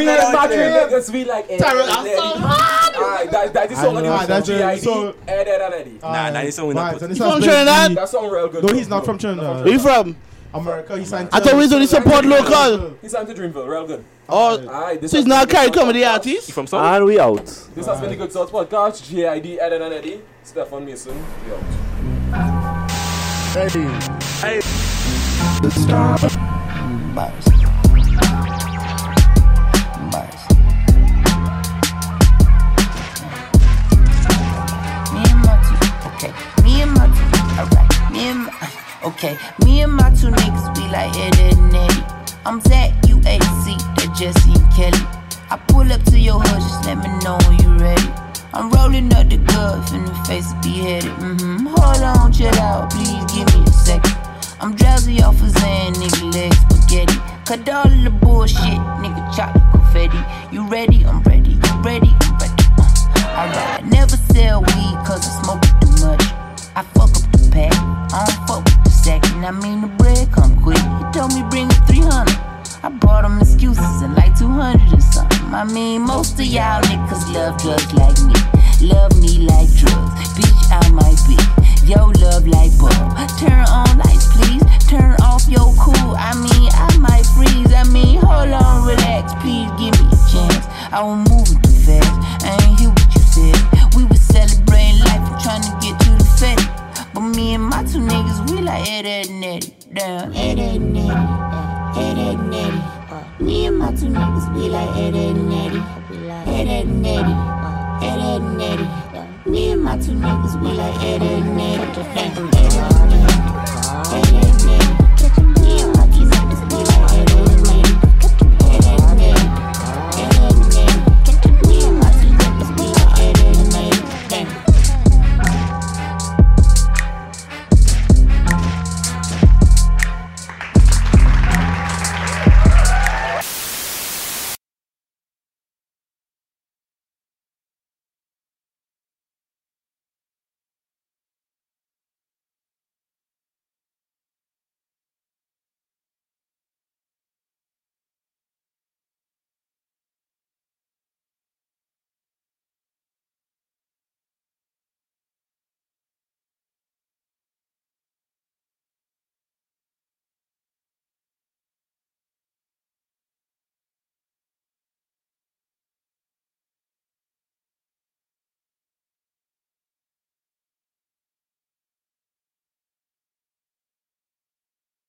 like Madrid niggas, we like eh, Ed,
Tyrell,
Ed,
I'm
Ed,
so
Ed.
hard.
Alright, Ah, that, that, this
I
song
know,
on the
ah, that's
G.I.D.
it. So-
Ed, Ed, Ed, Eddie.
Nah, nah, this song we not
Vibes,
put.
and this
You
has
from
been
Trinidad?
the-
That song real good.
No, he's not from Trinidad.
Where you from?
America, he's signed.
I thought we only support local.
He's signed to Dreamville, real good.
Oh
Alright, this
so he's
has
not
been the
carried
Good Thoughts
comedy
Podcast.
artist.
From song?
And we out.
This has been the Good Thoughts Podcast. G.I.D. Ed, Ed, Ed, Eddie. Stefan Mason. We out.
Me and my two, okay. Me and my two, alright. Me and my, okay. Me and my two niggas be like Ed, Ed, and Eddie. I'm Zach, you AC, that Jesse and Kelly. I pull up to your hood, just let me know when you ready. I'm rolling up the glove in the face beheaded. Mm-hmm. Hold on, chill out, please give me a second. I'm drowsy off a Zan, nigga, leg spaghetti. Cut all of the bullshit, nigga, chop the confetti. You ready? I'm ready. You ready? I'm ready. Uh. Alright, never sell weed cause I smoke it too much. I fuck up the pack, I don't fuck with the second. I mean, the bread come quick. He told me bring it 300. I brought him excuses and like 200 and something. I mean, most of y'all niggas love drugs like me. Love me like drugs, bitch, I might be. Yo, love like bulb. Turn on lights, please. Turn off your cool. I mean, I might freeze. I mean, hold on, relax, please give me a chance. I was moving too fast. I ain't hear what you said. We was celebrating life and trying to get to the fed. But me and my two niggas, we like Ed, Ed, and Eddie. Damn. Ed, Ed, and Eddie. uh, Ed, Ed, and Eddie. uh. Me and my two niggas, we like Ed, Ed, and Eddie. Ed, Ed, and Eddie. uh, Ed, Ed, and Eddie. uh." Me and my two niggas, we like Ed, Ed, and Eddie. Ed, Ed, and Eddie. uh, Ed, Ed,